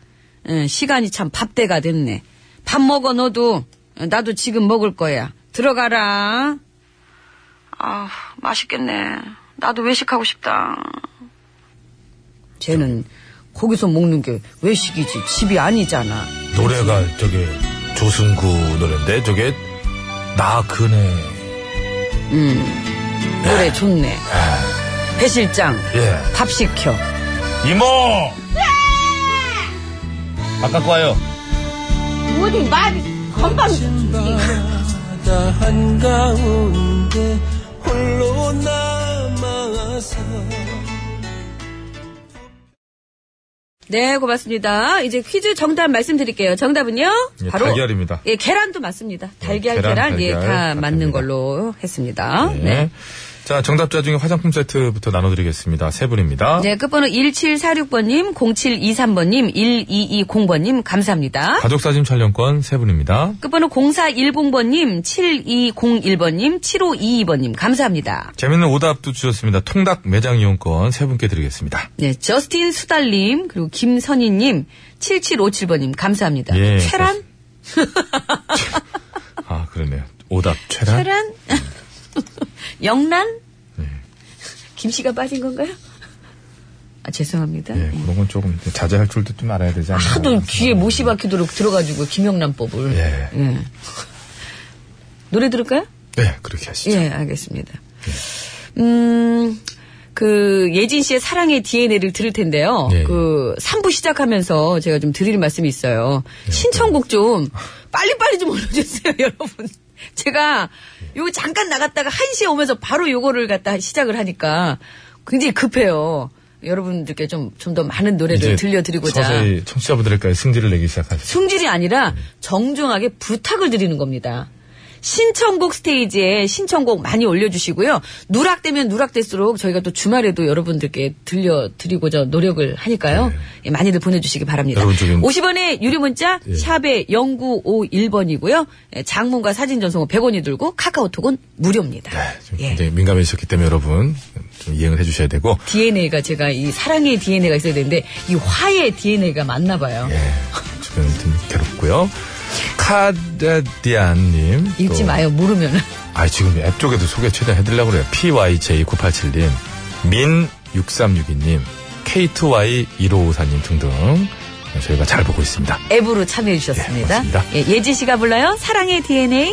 B: 어, 시간이 참 밥대가 됐네. 밥 먹어 너도 어, 나도 지금 먹을 거야. 들어가라.
G: 아 맛있겠네 나도 외식하고 싶다
B: 쟤는 거기서 먹는 게 외식이지 집이 아니잖아.
D: 노래가 저게 조승구 노래인데 저게 나 그네
B: 노래 좋네. 배 실장
D: 예
B: 밥 시켜.
D: 이모 아까 와요
H: 바다 한가운데 홀로 남아서
B: 네, 고맙습니다. 이제 퀴즈 정답 말씀드릴게요. 정답은요?
D: 예, 달걀입니다.
B: 예, 계란도 맞습니다. 달걀,
D: 예,
B: 계란,
D: 계란,
B: 예,
D: 달걀
B: 다 맞는
D: 맞습니다.
B: 걸로 했습니다. 네.
D: 네. 자, 정답자 중에 화장품 세트부터 나눠드리겠습니다. 세 분입니다.
B: 네, 끝번호 1746번님, 0723번님, 1220번님, 감사합니다.
D: 가족사진 촬영권 세 분입니다.
B: 끝번호 0410번님, 7201번님, 7522번님, 감사합니다.
D: 재밌는 오답도 주셨습니다. 통닭 매장 이용권 세 분께 드리겠습니다.
B: 네, 저스틴 수달님, 그리고 김선희님, 7757번님, 감사합니다.
D: 예,
B: 최란?
D: 아, 그러네요. 오답 최란?
B: 최란? 영란? 김씨가 빠진 건가요? 아, 죄송합니다.
D: 예, 그런 건 조금 자제할 줄도 좀 알아야 되지 않나요?
B: 하도 귀에 못이 박히도록 들어가지고 김영란법을.
D: 예.
B: 예. 노래 들을까요?
D: 네, 그렇게 하시죠.
B: 예, 알겠습니다.
D: 예.
B: 음, 그, 예진 씨의 사랑의 DNA를 들을 텐데요.
D: 예, 예.
B: 그, 3부 시작하면서 제가 좀 드릴 말씀이 있어요.
D: 예,
B: 신청곡 좀, 빨리빨리 좀 올려주세요, 여러분. 제가,
D: 예.
B: 요 잠깐 나갔다가 1시에 오면서 바로 요거를 갖다 시작을 하니까 굉장히 급해요. 여러분들께 좀, 좀 더 많은 노래를 들려드리고자.
D: 서서히 청취자분들에게 승질을 내기 시작하죠.
B: 승질이 아니라 정중하게 부탁을 드리는 겁니다. 신청곡 스테이지에 신청곡 많이 올려주시고요. 누락되면 누락될수록 저희가 또 주말에도 여러분들께 들려드리고자 노력을 하니까요. 예, 많이들 보내주시기 바랍니다.
D: 네. 여러분 뭐- 예. 지금-
B: 50원의 유료 문자 샵에 0951번이고요. 예, 장문과 사진 전송은 100원이 들고 카카오톡은 무료입니다.
D: 네, 좀
B: 예.
D: 굉장히 민감해지셨기 때문에 여러분 좀 이행을 해주셔야 되고
B: DNA가 제가 이 사랑의 DNA가 있어야 되는데 이 화의 DNA가 맞나 봐요.
D: 예, 주변은 좀 괴롭고요. 카다디안님
B: 읽지
D: 또
B: 마요. 모르면은.
D: 아, 지금 앱 쪽에도 소개 최대한 해드리려고 그래요. PYJ987님, 민6362님, K2Y1554님 등등. 저희가 잘 보고 있습니다.
B: 앱으로 참여해 주셨습니다.
D: 예, 고맙습니다.
B: 예, 예지 씨가 불러요. 사랑의 DNA.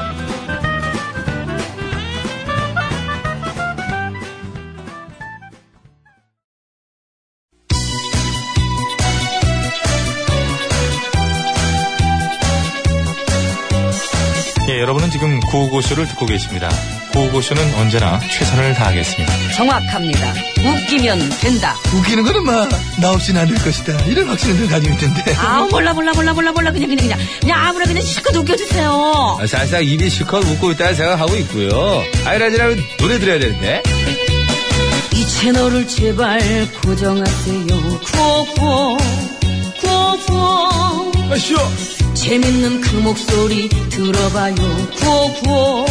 D: 예, 여러분은 지금 구호고쇼를 듣고 계십니다. 구호고쇼는 언제나 최선을 다하겠습니다.
I: 정확합니다. 웃기면 된다.
E: 웃기는 거는 막 나 없이는 안 될 것이다. 이런 확신을 늘 가지고 있던데.
I: 아 몰라 몰라 몰라 몰라 몰라 그냥 그냥 그냥 그냥 아무나 그냥 실컷 웃겨주세요.
A: 사실상 아, 입이 실컷 웃고 있다는 생각하고 있고요. 아이라지라면 노래 들어야 되는데.
I: 이 채널을 제발 고정하세요. 구호구호, 구호구호.
A: 아, 쉬워.
I: 재밌는 그 목소리 들어봐요. 구호구호,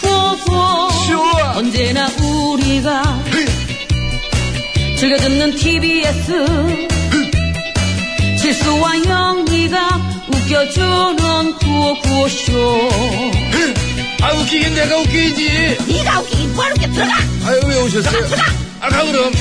I: 구호구호.
A: 쉬워.
I: 언제나 우리가 즐겨 듣는 TBS. 실수와 영리가 웃겨주는 구호구호쇼.
A: 아, 웃기긴 내가 웃기지.
I: 네가 웃기긴 뭘 웃겨 들어가!
A: 아유, 왜 오셨어요? 아, 가, 그럼.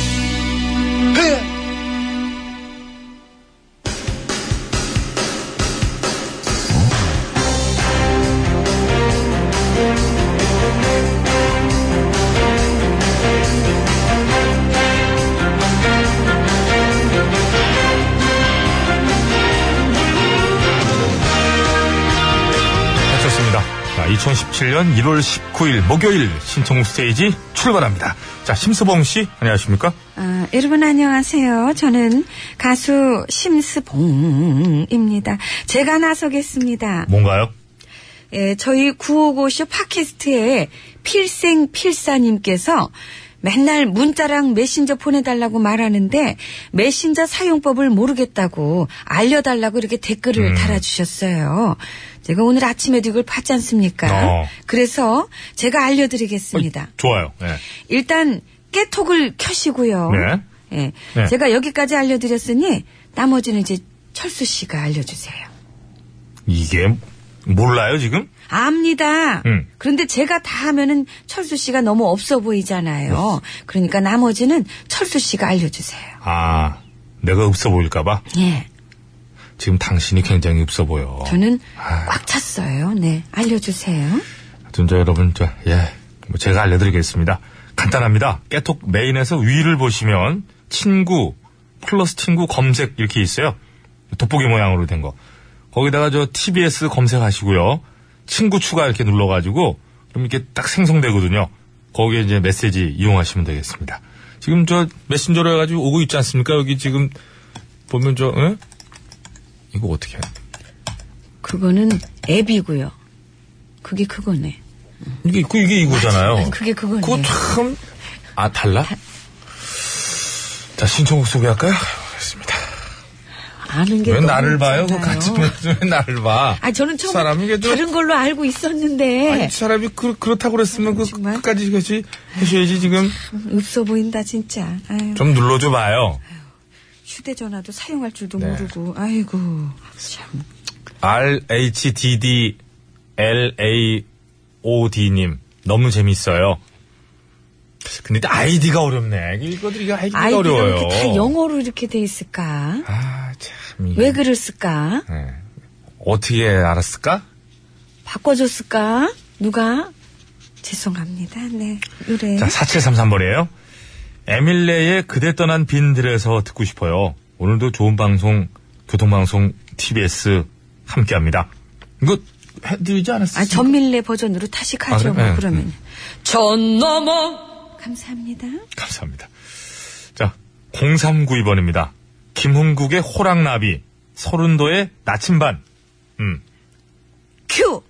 D: 마쳤습니다. 네, 자, 2017년 1월 19일 목요일 신청 스테이지 출발합니다. 자, 심수봉 씨, 안녕하십니까?
B: 아, 여러분 안녕하세요. 저는 가수 심스봉입니다. 제가 나서겠습니다.
D: 뭔가요?
B: 예, 저희 955쇼 팟캐스트에 필생필사님께서 맨날 문자랑 메신저 보내달라고 말하는데 메신저 사용법을 모르겠다고 알려달라고 이렇게 댓글을
D: 음.
B: 달아주셨어요. 제가 오늘 아침에도 이걸 봤지 않습니까?
D: 어.
B: 그래서 제가 알려드리겠습니다.
D: 좋아요. 네.
B: 일단 깨톡을 켜시고요.
D: 네.
B: 예,
D: 네.
B: 제가 여기까지 알려드렸으니 나머지는 이제 철수 씨가 알려주세요.
D: 이게 몰라요, 지금?
B: 압니다.
D: 음.
B: 그런데 제가 다 하면은 철수 씨가 너무 없어 보이잖아요. 그러니까 나머지는 철수 씨가 알려주세요.
D: 아, 내가 없어 보일까봐?
B: 예.
D: 지금 당신이 굉장히 없어 보여.
B: 저는
D: 아유.
B: 꽉 찼어요. 네. 알려주세요.
D: 하여튼 저 여러분, 저, 예, 뭐 제가 알려드리겠습니다. 간단합니다. 깨톡 메인에서 위를 보시면 친구, 플러스 친구 검색 이렇게 있어요. 돋보기 모양으로 된 거. 거기다가 저 TBS 검색하시고요. 친구 추가 이렇게 눌러가지고 그럼 이렇게 딱 생성되거든요. 거기에 이제 메시지 이용하시면 되겠습니다. 지금 저 메신저로 해가지고 오고 있지 않습니까? 여기 지금 보면 저, 응? 이거 어떻게 해?
B: 그거는 앱이고요. 그게 그거네.
D: 이게, 그, 이게 이거잖아요.
B: 그게 그거네.
D: 그거 참, 아, 달라? 자, 신청곡 소개할까요? 알겠습니다.
B: 아는 게
D: 왜
B: 너무
D: 나를 봐요? 그
B: 없잖아요.
D: 같은 분왜 나를 봐?
B: 아 저는 처음
D: 사람이 이게 좀-
B: 다른 걸로 알고 있었는데
D: 아니, 사람이 그, 그렇다고 그랬으면 그,
B: 네. 정말?
D: 끝까지 같이 해줘야지, 지금.
B: 없어 보인다 진짜. 아유,
D: 좀 눌러줘 봐요.
B: 휴대전화도 사용할 줄도
D: 네.
B: 모르고 아이고 참.
D: RHDDLAOD님. 너무 재밌어요. 근데 이제 아이디가 어렵네. 이거들, 이거 아이디가
B: 아이들은
D: 어려워요.
B: 이렇게 다 영어로 이렇게 돼 있을까?
D: 아, 참. 이게.
B: 왜 그랬을까?
D: 네. 어떻게 알았을까?
B: 바꿔줬을까? 누가? 죄송합니다. 네. 노래.
D: 자, 4733번이에요. 에밀레의 그대 떠난 빈들에서 듣고 싶어요. 오늘도 좋은 방송, 교통방송, TBS 함께 합니다. 이거 해드리지 않았어요?
B: 아, 전밀레 버전으로 타식하죠,
D: 아, 그래?
B: 뭐,
D: 네.
B: 그러면. 전 넘어! 감사합니다.
D: 감사합니다. 자, 0392번입니다. 김흥국의 호랑나비, 서른도의 나침반. 음.
B: 큐!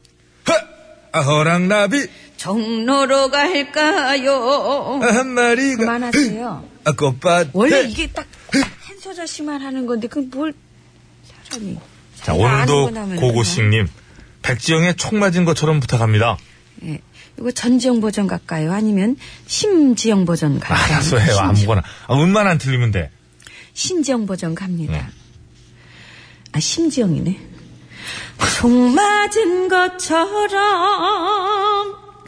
A: 아, 허랑나비
B: 정로로 갈까요?
A: 한 마리가
B: 그만하세요.
A: 아, 꽃밭
D: 네.
B: 원래 이게 딱 한 소절씩만 하는 건데, 그건 뭘, 사람이.
D: 자,
B: 자기가 아는
D: 오늘도
B: 건 하면은
D: 고고식님. 백지영의 총 맞은 것처럼 부탁합니다.
B: 그냥, 예. 이거 전지영 버전 갈까요? 아니면 심지영 버전 갈까요?
D: 알아서 해요,
B: 심지-
D: 아무거나. 아, 음만 안 틀리면 돼.
B: 심지영 버전 갑니다.
D: 네.
B: 아, 심지영이네. 종 맞은
D: 어,
B: 것처럼.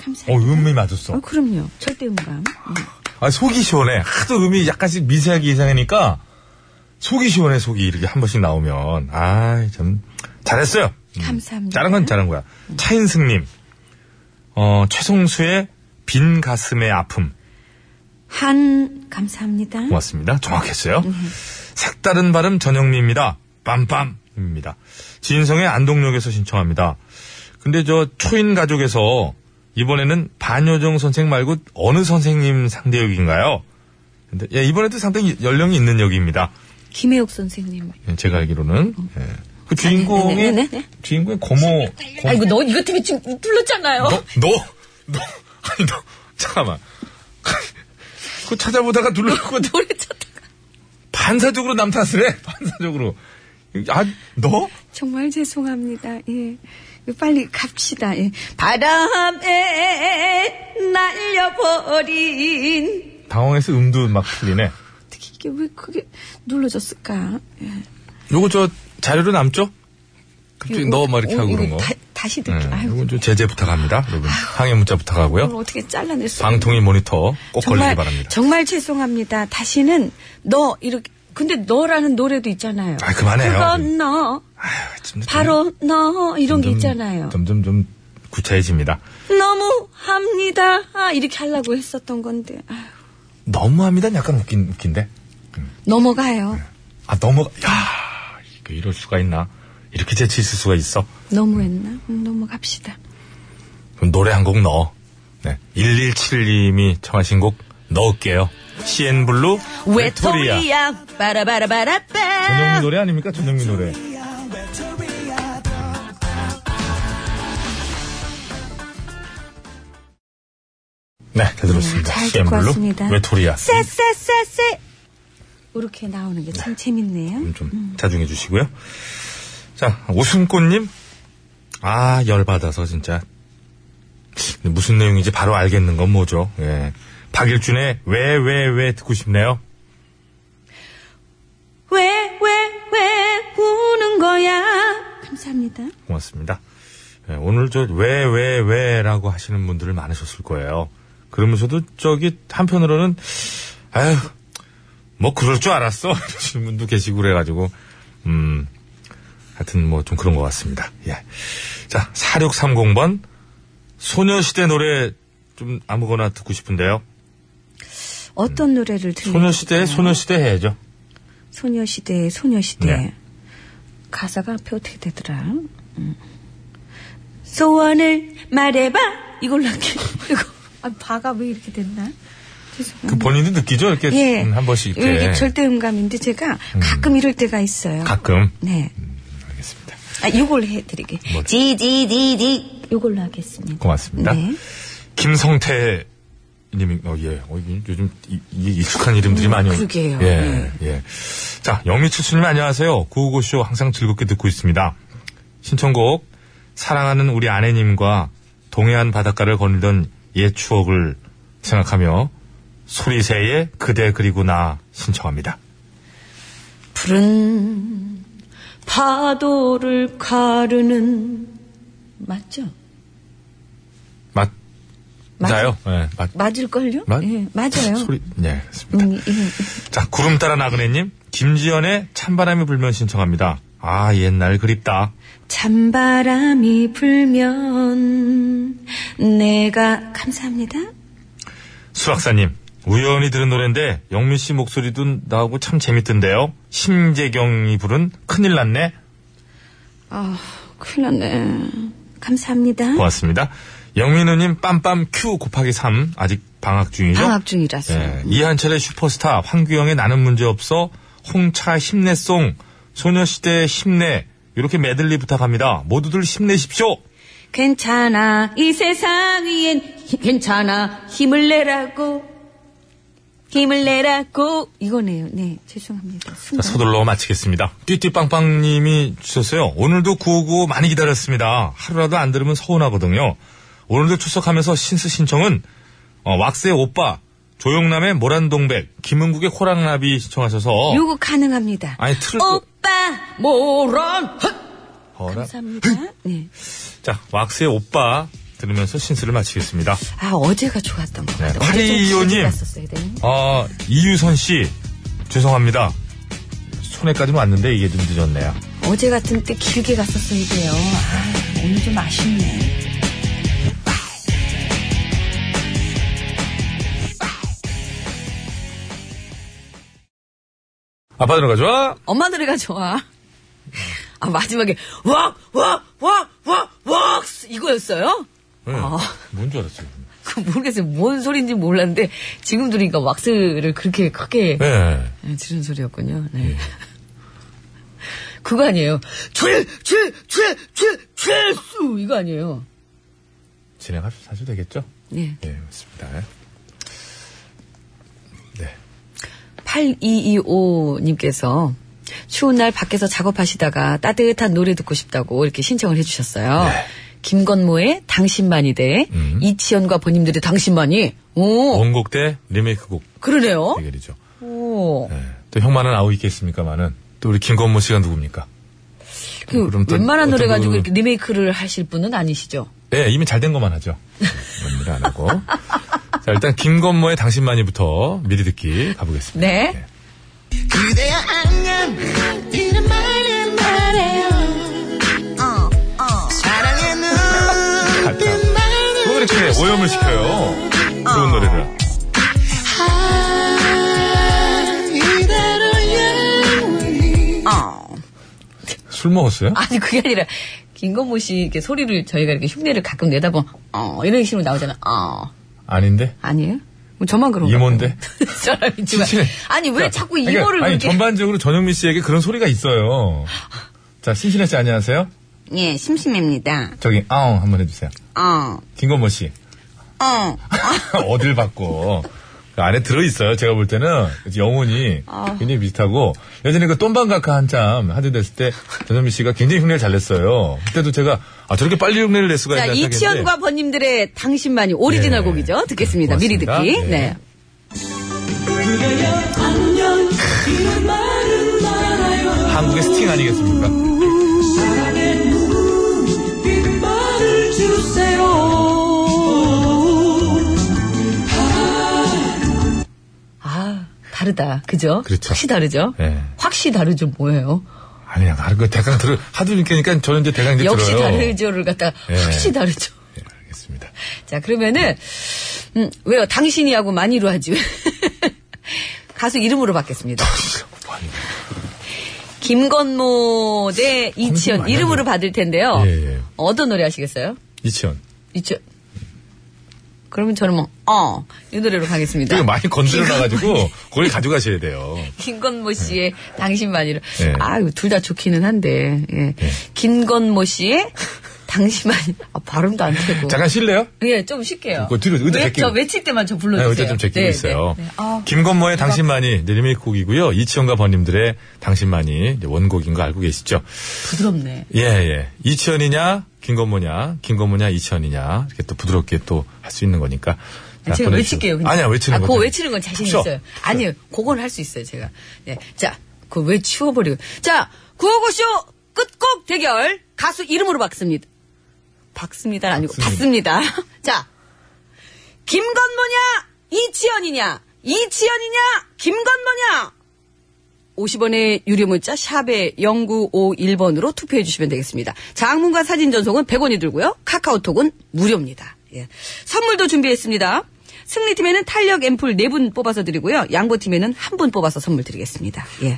B: 감사합니다.
D: 음이
B: 어,
D: 맞았어.
B: 그럼요. 절대 음감. 네,
D: 아, 속이 시원해. 하도 음이 약간씩 미세하게 이상하니까 속이 시원해, 속이 이렇게 한 번씩 나오면. 아, 참. 잘했어요. 음.
B: 감사합니다.
D: 잘한 건 잘한 거야. 차인승님, 어, 최성수의 빈 가슴의 아픔.
B: 한, 감사합니다.
D: 고맙습니다. 정확했어요. 색다른 발음 전영미입니다. 빰빰입니다. 진성의 안동역에서 신청합니다. 근데 저 초인 가족에서 이번에는 반효정 선생 말고 어느 선생님 상대 역인가요? 근데 예, 이번에도 상당히 연령이 있는 역입니다.
B: 김혜옥 선생님.
D: 예, 제가 알기로는 예. 그 주인공의
B: 네, 네, 네, 네.
D: 주인공의 고모 고-
I: 아이고, 너 이것 때문에 지금
B: 네.
I: 둘렀잖아요.
D: 너, 너, 너, 아니, 너, 잠깐만. 그거 찾아보다가 눌렀고,
I: 노래 찾다가.
D: 반사적으로 남 탓을 해, 반사적으로. 아, 너?
B: 정말 죄송합니다. 예. 빨리 갑시다. 예. 바람에 날려버린.
D: 당황해서 음도 막 풀리네.
B: 어떻게 이게 왜 그게 눌러졌을까?
D: 요거 저 자료로 남죠? 갑자기 너 막 이렇게
B: 오,
D: 하고 그런
B: 이거
D: 거.
B: 다, 다시
D: 예,
B: 듣기. 아유,
D: 요건 좀 제재 부탁합니다, 여러분. 항해 문자
B: 이걸
D: 부탁하고요.
B: 어떻게 잘라낼 수
D: 방통위 모니터 꼭 걸리기
B: 정말
D: 바랍니다.
B: 정말 죄송합니다. 다시는 너 이렇게 근데 너라는 노래도 있잖아요.
D: 아, 그만해요.
B: 그건 너
D: 아유, 좀-
B: 바로 너 이런 게
D: 점점-
B: 있잖아요.
D: 점점 좀 구차해집니다.
B: 너무 합니다. 아, 이렇게 하려고 했었던 건데 아유,
D: 너무합니다. 약간 웃긴, 웃긴데.
B: 넘어가요.
D: 아, 넘어가, 야, 이거 이럴 수가 있나? 이렇게 재치 있을 수가 있어?
B: 너무했나? 음, 넘어갑시다.
D: 그럼 노래 한 곡 넣어. 네. 1171님이 청하신 곡 넣을게요. CN블루, 웨토리아.
B: 빠라바라바라빠.
D: 전영민 노래 아닙니까? 전영민 노래. 네, 잘 들었습니다.
B: 음, 잘 듣고 왔습니다.
D: CN블루, 웨토리아.
B: 쎄쎄쎄쎄. 이렇게 나오는 게 참 재밌네요.
D: 좀, 좀 자중해 주시고요. 자, 오순꽃님. 아, 열받아서 진짜. 근데 무슨 내용인지 바로 알겠는 건 뭐죠. 예. 박일준의 왜 왜 왜 듣고 싶네요.
B: 왜 왜 왜 우는 거야? 감사합니다.
D: 고맙습니다. 예, 오늘 저 왜 왜 왜, 라고 하시는 분들 많으셨을 거예요. 그러면서도 저기 한편으로는 아휴 뭐 그럴 줄 알았어 이러시는 분도 계시고 그래가지고 음 하여튼 뭐 좀 그런 것 같습니다. 예. 자 4630번 소녀시대 노래 좀 아무거나 듣고 싶은데요.
B: 어떤 노래를 들려?
D: 소녀시대 소녀시대 해야죠.
B: 소녀시대, 소녀시대.
D: 네.
B: 가사가 앞에 어떻게 되더라? 음. 소원을 말해봐! 이걸로 할게. 이거. 아, 바가 왜 이렇게 됐나?
D: 그 본인도 느끼죠 이렇게
B: 음. 예.
D: 음, 한 번씩 이렇게
B: 이게 절대 음감인데 제가 가끔 이럴 때가 있어요.
D: 가끔 음,
B: 네.
D: 알겠습니다.
B: 아, 요걸 해드리게.
D: 뭘.
B: 지지지지. 요걸로 하겠습니다.
D: 고맙습니다.
B: 네.
D: 김성태 님이 어, 예. 어, 이게 요즘 이, 이 익숙한 이름들이 많이 오-
B: 음, 그러게요. 네.
D: 예. 예. 자, 영미추수 님 안녕하세요. 구호고쇼 항상 즐겁게 듣고 있습니다. 신청곡 사랑하는 우리 아내님과 동해안 바닷가를 거닐던 옛 추억을 생각하며 소리새의 그대 그리고 나 신청합니다.
B: 푸른 파도를 가르는, 맞죠?
D: 맞 맞아요.
B: 맞아요.
D: 예. 맞
B: 맞을걸요?
D: 맞-
B: 예, 맞아요.
D: 소리 네, 그렇습니다.
B: 음, 예.
D: 자, 구름 따라 나그네님, 김지연의 찬바람이 불면 신청합니다. 아, 옛날 그립다.
B: 찬바람이 불면 내가 감사합니다.
D: 수락사님, 우연히 들은 그 노래인데 영민 씨 목소리도 나오고 참 재밌던데요. 심재경이 부른 큰일 났네.
G: 아, 큰일 났네.
B: 감사합니다.
D: 고맙습니다. 영민우님 빰빰 큐 곱하기 3 아직 방학 중이죠?
B: 방학 중이라서.
D: 예, 이한철의 슈퍼스타, 황규영의 나는 문제 없어, 홍차 힘내송, 소녀시대 힘내 이렇게 메들리 부탁합니다. 모두들 힘내십시오.
B: 괜찮아 이 세상 위엔 히- 괜찮아 힘을 내라고 힘을 내라고 이거네요. 네 죄송합니다.
D: 자, 서둘러 마치겠습니다. 띠띠빵빵님이 주셨어요. 오늘도 959 많이 기다렸습니다. 하루라도 안 들으면 서운하거든요. 오늘도 출석하면서 신스 신청은 어, 왁스의 오빠, 조용남의 모란동백, 김은국의 호랑나비 신청하셔서
B: 요거 어, 가능합니다.
D: 아니 틀을 꼭-
B: 오빠 모란 헛!
D: 허라-
B: 감사합니다. 네.
D: 어, 자 왁스의 오빠 들으면서 신스를 마치겠습니다.
B: 아 어제가 좋았던 것 같아요.
D: 네,
B: 어제 좀
D: 파리이오님.
B: 길게 갔었어야 되는데.
D: 아 이유선 씨 죄송합니다. 손에까지 왔는데 이게 좀 늦었네요.
B: 어제 같은 때 길게 갔었어야 돼요. 아, 오늘 좀 아쉽네.
D: 아빠 들어가 좋아.
B: 엄마 노래가 좋아. 아, 마지막에, 왁, 왁, 왁, 왁, 왁! 이거였어요?
D: 네.
B: 아.
D: 뭔줄 알았어요.
B: 그 모르겠어요. 뭔 소리인지 몰랐는데, 지금 들으니까 왁스를 그렇게 크게
D: 네. 예.
B: 네, 지른 소리였군요. 네. 그거 아니에요. 죄, 죄, 죄, 죄, 죄수! 이거 아니에요.
D: 진행하셔도 되겠죠?
B: 네.
D: 네, 맞습니다. 네.
B: 8225님께서 추운 날 밖에서 작업하시다가 따뜻한 노래 듣고 싶다고 이렇게 신청을 해주셨어요. 김건모의 당신만이 돼.
D: 네. 음.
B: 이치현과 본인들의 당신만이. 오,
D: 원곡 대 리메이크곡
B: 그러네요.
D: 대결이죠.
B: 오.
D: 네. 또 형만은 아우 있겠습니까만은 또 우리 김건모 씨가 누굽니까?
B: 그
D: 그럼 또
B: 웬만한 노래
D: 어떤
B: 가지고
D: 분-
B: 이렇게 리메이크를 하실 분은 아니시죠?
D: 네, 이미 잘 된 것만 하죠.
B: 네,
D: 연기를 안 하고. 자, 일단 김건모의 당신만이부터 미리 듣기 가보겠습니다.
B: 네.
C: 그대야 안녕 이런 말은 말해요 사랑의 눈빛
B: 네.
C: 말은
D: 또 이렇게 오염을 시켜요. 좋은 노래를.
C: 아, 이대로
B: 어.
C: 영원히
D: 술 먹었어요?
B: 아니 그게 아니라 김건모 씨 이렇게 소리를 저희가 이렇게 흉내를 가끔 내다보면 어 이런 식으로 나오잖아. 어
D: 아닌데?
B: 아니에요? 뭐 저만 그런 거.
D: 이모인데?
B: 사람이지만
D: 진짜.
B: 아니 왜 자꾸
D: 그러니까,
B: 이모를
D: 아니,
B: 그렇게
D: 전반적으로 전영미 씨에게 그런 소리가 있어요. 자, 신신혜 씨 안녕하세요.
G: 예, 심심입니다.
D: 저기 아웅 한번 해주세요.
G: 어,
D: 김건모 씨
G: 어.
D: 어딜 받고 그 안에 들어 있어요. 제가 볼 때는 영혼이
B: 아.
D: 굉장히 비슷하고 예전에 그 똠방가카 한참 하드 됐을 때 전현미 씨가 굉장히 흉내를 잘 냈어요. 그때도 제가 아 저렇게 빨리 흉내를 낼 수가
B: 자,
D: 있나 생각했는데
B: 이치현과 번님들의 당신만이 오리지널
D: 네.
B: 곡이죠. 듣겠습니다. 미리
D: 고맙습니다.
B: 듣기.
D: 네.
B: 네. 뭐.
D: 한국의 스팅 아니겠습니까?
B: 아, 다르다. 그죠?
D: 그렇죠.
B: 확실히 다르죠?
D: 네.
B: 확실히 다르죠. 뭐예요?
D: 아니야, 다른 거 대강 들어 하도 읽으니까 저는 이제 대강 이제
B: 역시
D: 들어요.
B: 다르죠를 갖다가
D: 네.
B: 확실히 다르죠.
D: 예, 알겠습니다.
B: 자, 그러면은, 음, 왜요? 당신이 하고 많이로 하지. 가수 이름으로 받겠습니다. 김건모 대 이치현
D: 아, 많이
B: 이름으로 받을 텐데요.
D: 예, 예.
B: 어떤 노래 하시겠어요?
D: 이치현.
B: 이치현. 그러면 저는 뭐, 어, 이 노래로 가겠습니다.
D: 되게 많이 건드려 놔가지고 그걸 가져가셔야 돼요.
B: 김건모 씨의 당신만이로.
D: 예.
B: 아유, 둘 다 좋기는 한데, 예. 김건모 씨의 당신만이, 아, 발음도 안 되고.
D: 잠깐 쉴래요?
B: 예, 좀 쉴게요.
D: 그 뒤로 의자
B: 왜-
D: 제끼고.
B: 저 외칠 때만 저
D: 네,
B: 불러주세요.
D: 의자 좀 제끼고
B: 네,
D: 있어요.
B: 네, 네. 아,
D: 김건모의 당신만이 네, 리메이크 곡이고요. 이치현과 버님들의 당신만이 이제 원곡인 거 알고 계시죠?
B: 부드럽네.
D: 예, 예. 이치현이냐, 김건모냐, 김건모냐, 이치현이냐. 이렇게 또 부드럽게 또 할 수 있는 거니까. 자,
B: 제가
D: 아, 보내주시고.
B: 외칠게요. 근데.
D: 아니야, 외치는
B: 아,
D: 거.
B: 그거 외치는 건 자신
D: 푸셔.
B: 있어요. 아니요, 그건 할 수 있어요, 제가. 네. 자, 그거 왜 치워버리고. 자, 구호고쇼 끝곡 대결. 가수 이름으로 박습니다. 박습니다 아니고
D: 박습니다.
B: 박습니다. 자, 김건모냐, 이치현이냐, 이치현이냐, 김건모냐. 50원의 유료 문자 샵에 0951번으로 투표해 주시면 되겠습니다. 장문과 사진 전송은 100원이 들고요. 카카오톡은 무료입니다. 예. 선물도 준비했습니다. 승리팀에는 탄력 앰플 4분 뽑아서 드리고요. 양보팀에는 한 분 뽑아서 선물 드리겠습니다. 예.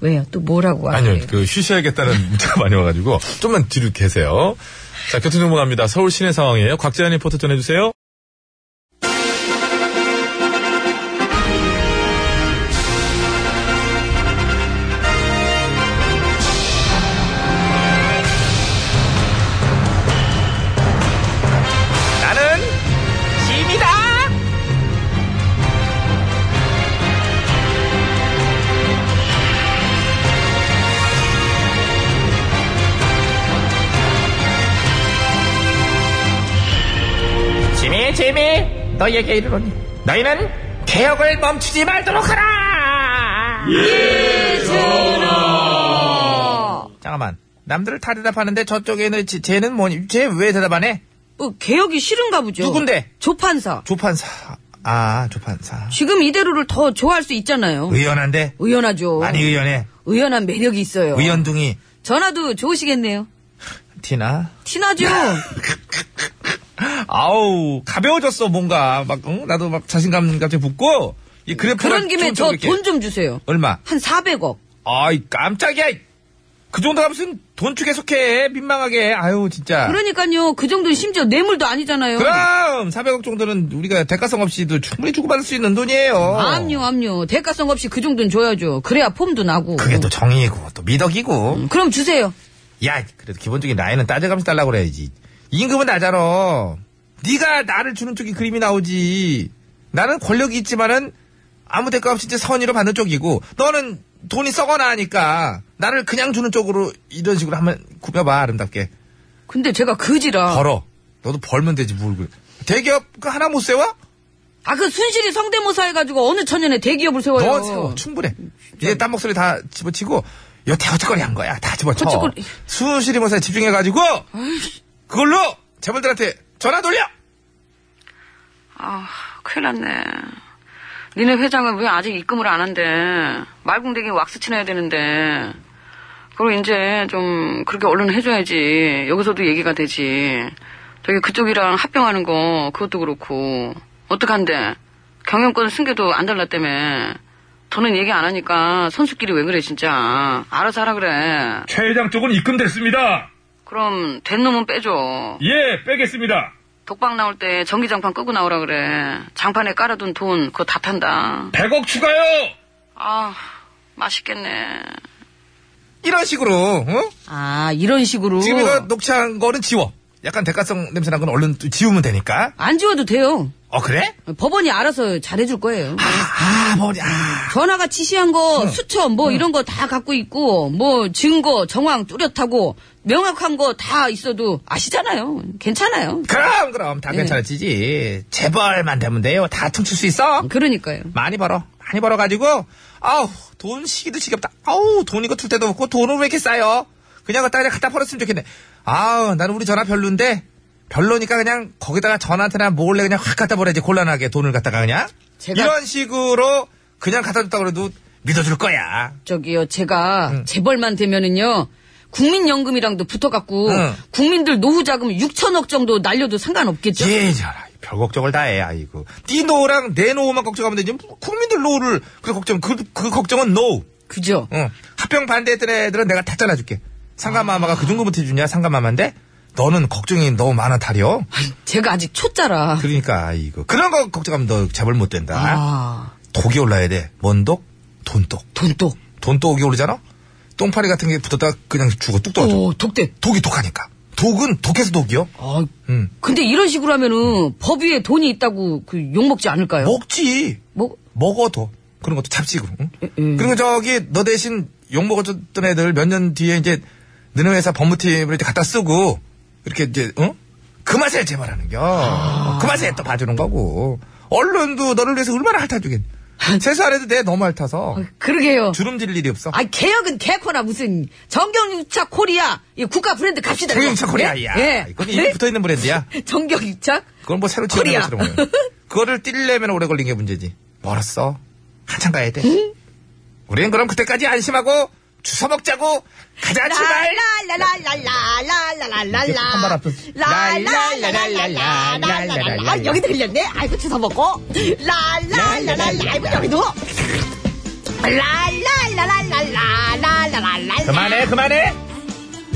B: 왜요? 또 뭐라고 하세요?
D: 아니요, 그 쉬셔야겠다는 문자가 많이 와가지고 좀만 뒤로 계세요. 자, 교통정보 갑니다. 서울 시내 상황이에요. 곽재현 리포터 전해주세요.
A: 나는 짐이다. 짐이 짐이 너희에게 이르노니 너희는 개혁을 멈추지 말도록 하라. 잠깐만 남들을 다 대답하는데 저쪽에 있는 지- 쟤는 뭐니? 쟤 왜 대답 안 해?
B: 어, 개혁이 싫은가 보죠.
A: 누군데?
B: 조판사.
A: 조판사. 아, 조판사.
B: 지금 이대로를 더 좋아할 수 있잖아요.
A: 의연한데?
B: 의연하죠.
A: 많이 의연해.
B: 의연한 매력이 있어요.
A: 의연둥이.
B: 전화도 좋으시겠네요.
A: 티나?
B: 티나죠?
A: 아우, 가벼워졌어, 뭔가. 막, 응? 나도 막 자신감 갑자기 붙고. 이 그래프가
B: 그런 김에 저
A: 점점
B: 돈
A: 이렇게.
B: 좀 주세요.
A: 얼마?
B: 한 400억.
A: 아이, 깜짝이야. 그 정도가 무슨 돈추 계속해. 민망하게. 아유, 진짜.
B: 그러니까요. 그 정도는 심지어 뇌물도 아니잖아요.
A: 그럼 400억 정도는 우리가 대가성 없이도 충분히 주고받을 수 있는 돈이에요.
B: 암요, 암요. 대가성 없이 그 정도는 줘야죠. 그래야 폼도 나고. 음,
A: 그게 또 정의고 또 미덕이고.
B: 그럼 주세요.
A: 야, 그래도 기본적인 라인은 따져가면서 달라고 그래야지. 임금은 나잖아. 네가 나를 주는 쪽이 그림이 나오지. 나는 권력이 있지만은 아무 대가 없이 이제 선의로 받는 쪽이고, 너는 돈이 썩어나 하니까 나를 그냥 주는 쪽으로 이런 식으로 한번 굽혀봐 아름답게.
B: 근데 제가 그지라.
A: 벌어. 너도 벌면 되지 뭘 그. 대기업 그 하나 못 세워?
B: 아, 그 순실이 성대모사 해가지고 어느 천년에 대기업을 세워요.
A: 너 세워 충분해. 이제 딴 목소리 다 집어치고 여태 어찌거리 한 거야 다 집어쳐.
B: 어찌거리.
A: 수시리 모사에 집중해가지고 그걸로 재벌들한테 전화 돌려.
G: 아, 큰일 났네. 니네 회장은 왜 아직 입금을 안 한대? 말공대기 왁스 칠해야 되는데. 그리고 이제 좀 그렇게 얼른 해줘야지. 여기서도 얘기가 되지. 저기 그쪽이랑 합병하는 거 그것도 그렇고. 어떡한데? 경영권 승계도 안 달랐다며. 더는 얘기 안 하니까 선수끼리 왜 그래 진짜. 알아서 하라 그래.
D: 최 회장 쪽은 입금됐습니다.
G: 그럼 된 놈은 빼줘.
D: 예, 빼겠습니다.
G: 독방 나올 때 전기장판 끄고 나오라 그래. 장판에 깔아둔 돈 그거 다 탄다.
D: 100억 추가요!
G: 아, 맛있겠네.
A: 이런 식으로 어?
B: 아, 이런 식으로.
A: 지금 이거 녹취한 거는 지워. 약간 대가성 냄새 난 건 얼른 또 지우면 되니까.
B: 안 지워도 돼요.
A: 어 그래?
B: 법원이 알아서 잘해줄 거예요.
A: 아 머리 아.
B: 전화가 지시한 거, 수첩, 뭐 이런 거 다 갖고 있고, 뭐 증거, 정황 뚜렷하고, 명확한 거 다 있어도 아시잖아요. 괜찮아요.
A: 그럼 그럼
B: 예.
A: 다 괜찮아지지. 재벌만 되면 돼요. 다 퉁칠 수 있어.
B: 그러니까요.
A: 많이 벌어. 많이 벌어가지고, 아우, 돈 시기도 지겹다. 아우, 돈 이거 둘 때도 없고, 돈은 왜 이렇게 싸요? 그냥 갖다 그냥 갖다 버렸으면 좋겠네. 아우, 나는 우리 전화 별론데, 별로니까 그냥 거기다가 전화한테나 몰래 그냥 확 갖다 버려야지. 곤란하게 돈을 갖다가 그냥.
B: 제가-
A: 이런 식으로 그냥 갖다 줬다 그래도 믿어줄 거야.
B: 저기요, 제가 재벌만 되면은요, 국민연금이랑도 붙어갖고,
A: 응.
B: 국민들 노후자금 6천억 정도 날려도 상관없겠죠?
A: 예전아. 별 걱정을 다 해, 아이고. 네 노랑 내 노만 걱정하면 되지. 뭐 국민들 노를, 그 걱정, 그, 그 걱정은 노.
B: 그죠?
A: 응. 합병 반대했던 애들은 내가 다 잘라줄게. 상가마마가 그 정도부터 해주냐, 상가마마인데? 너는 걱정이 너무 많아, 다려.
B: 제가 아직 초짜라.
A: 그러니까, 이거. 그런 거 걱정하면 너 재벌 못 된다.
B: 아,
A: 독이 올라야 돼. 뭔 독? 돈독.
B: 돈독.
A: 돈독이 오르잖아? 똥파리 같은 게 붙었다가 그냥 죽어, 뚝 떨어져.
B: 오, 독대.
A: 독이 독하니까. 독은 독해서 독이요? 음.
B: 아,
A: 응.
B: 근데 이런 식으로 하면은 법 위에 돈이 있다고 그 욕먹지 않을까요?
A: 뭐? 먹지.
B: 먹-
A: 먹어도. 그런 것도 잡식으로. 응?
B: 음.
A: 그리고 저기, 너 대신 욕먹어줬던 애들 몇 년 뒤에 이제, 너네 회사 법무팀으로 이제 갖다 쓰고, 이렇게 이제, 응? 그 맛에 재발하는 겨.
B: 아.
A: 그 맛에 또 봐주는 거고. 언론도 너를 위해서 얼마나 핥아주겠니. 세수 안 해도 돼, 너무 핥아서.
B: 그러게요.
A: 주름질 일이 없어.
B: 아 개혁은 개코나 무슨 정경유착 코리아 이 국가 브랜드 갑시다.
A: 정경차
B: 이거.
A: 코리아,
B: 예?
A: 야.
B: 예. 네?
A: 이건 이미 붙어 있는 브랜드야.
B: 정경유착?
A: 그건 뭐 새로 지어낸
B: 코리아.
A: 것처럼. 보여. 그거를 띠려면 오래 걸린 게 문제지. 멀었어. 한참 가야 돼. 우리는 그럼 그때까지 안심하고 주워 먹자고 가자 출발.
B: 랄랄랄랄랄랄랄랄
I: 한발 앞에
B: 라라라라라라라라라라 아, 여기도 흘렸네 아이고 주워 먹고 라라라라라 아이고 여기도 라라라라라라라라라
I: 그만해 그만해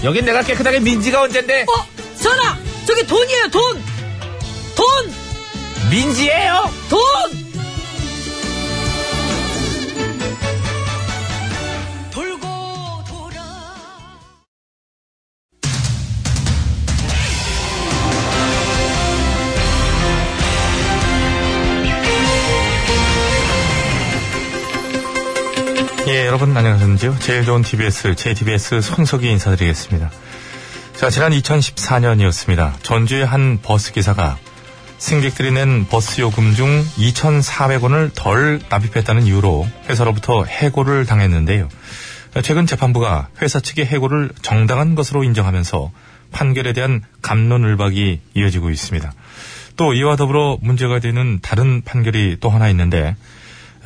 I: 여긴 내가 깨끗하게 민지가 언젠데
C: 어? 전화! 저게 돈이에요 돈! 돈!
I: 민지예요
C: 돈! 돌고 돌아
A: 예, 여러분 안녕하셨는지요? 제일 좋은 TBS, JTBS 손석희 인사드리겠습니다. 자, 지난 2014년이었습니다. 전주의 한 버스 기사가 승객들이 낸 버스 요금 중 2,400원을 덜 납입했다는 이유로 회사로부터 해고를 당했는데요. 최근 재판부가 회사 측의 해고를 정당한 것으로 인정하면서 판결에 대한 감론을박이 이어지고 있습니다. 또 이와 더불어 문제가 되는 다른 판결이 또 하나 있는데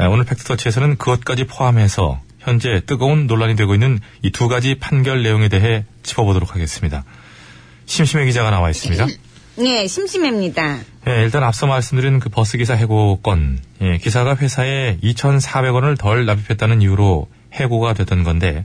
A: 에, 오늘 팩트터치에서는 그것까지 포함해서 현재 뜨거운 논란이 되고 있는 이 두 가지 판결 내용에 대해 짚어보도록 하겠습니다. 심심해 기자가 나와 있습니다.
B: 예 심심합니다
A: 예, 일단 앞서 말씀드린 그 버스기사 해고 건, 예, 기사가 회사에 2,400원을 덜 납입했다는 이유로 해고가 됐던 건데,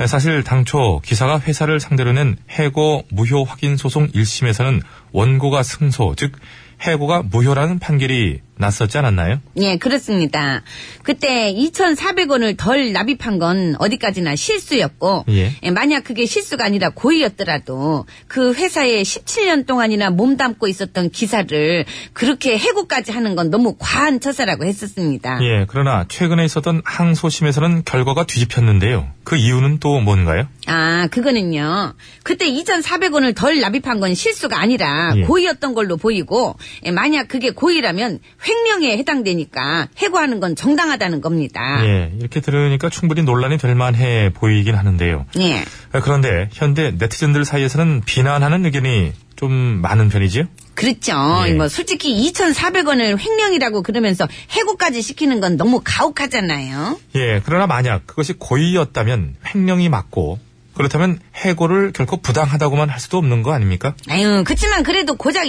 A: 예, 사실 당초 기사가 회사를 상대로 낸 해고 무효 확인 소송 1심에서는 원고가 승소, 즉, 해고가 무효라는 판결이 났었지 않았나요?
B: 예, 그렇습니다. 그때 2,400원을 덜 납입한 건 어디까지나 실수였고,
A: 예.
B: 만약 그게 실수가 아니라 고의였더라도 그 회사에 17년 동안이나 몸담고 있었던 기사를 그렇게 해고까지 하는 건 너무 과한 처사라고 했었습니다.
A: 예, 그러나 최근에 있었던 항소심에서는 결과가 뒤집혔는데요. 그 이유는 또 뭔가요?
B: 아, 그거는요. 그때 2,400원을 덜 납입한 건 실수가 아니라
A: 예.
B: 고의였던 걸로 보이고, 예, 만약 그게 고의라면 횡령에 해당되니까 해고하는 건 정당하다는 겁니다.
A: 예, 이렇게 들으니까 충분히 논란이 될 만해 보이긴 하는데요.
B: 예.
A: 아, 그런데 현대 네티즌들 사이에서는 비난하는 의견이 좀 많은 편이지요?
B: 그렇죠.
A: 예.
B: 뭐 솔직히 2,400원을 횡령이라고 그러면서 해고까지 시키는 건 너무 가혹하잖아요.
A: 예, 그러나 만약 그것이 고의였다면 횡령이 맞고 그렇다면 해고를 결코 부당하다고만 할 수도 없는 거 아닙니까?
B: 아유, 그치만 그래도 고작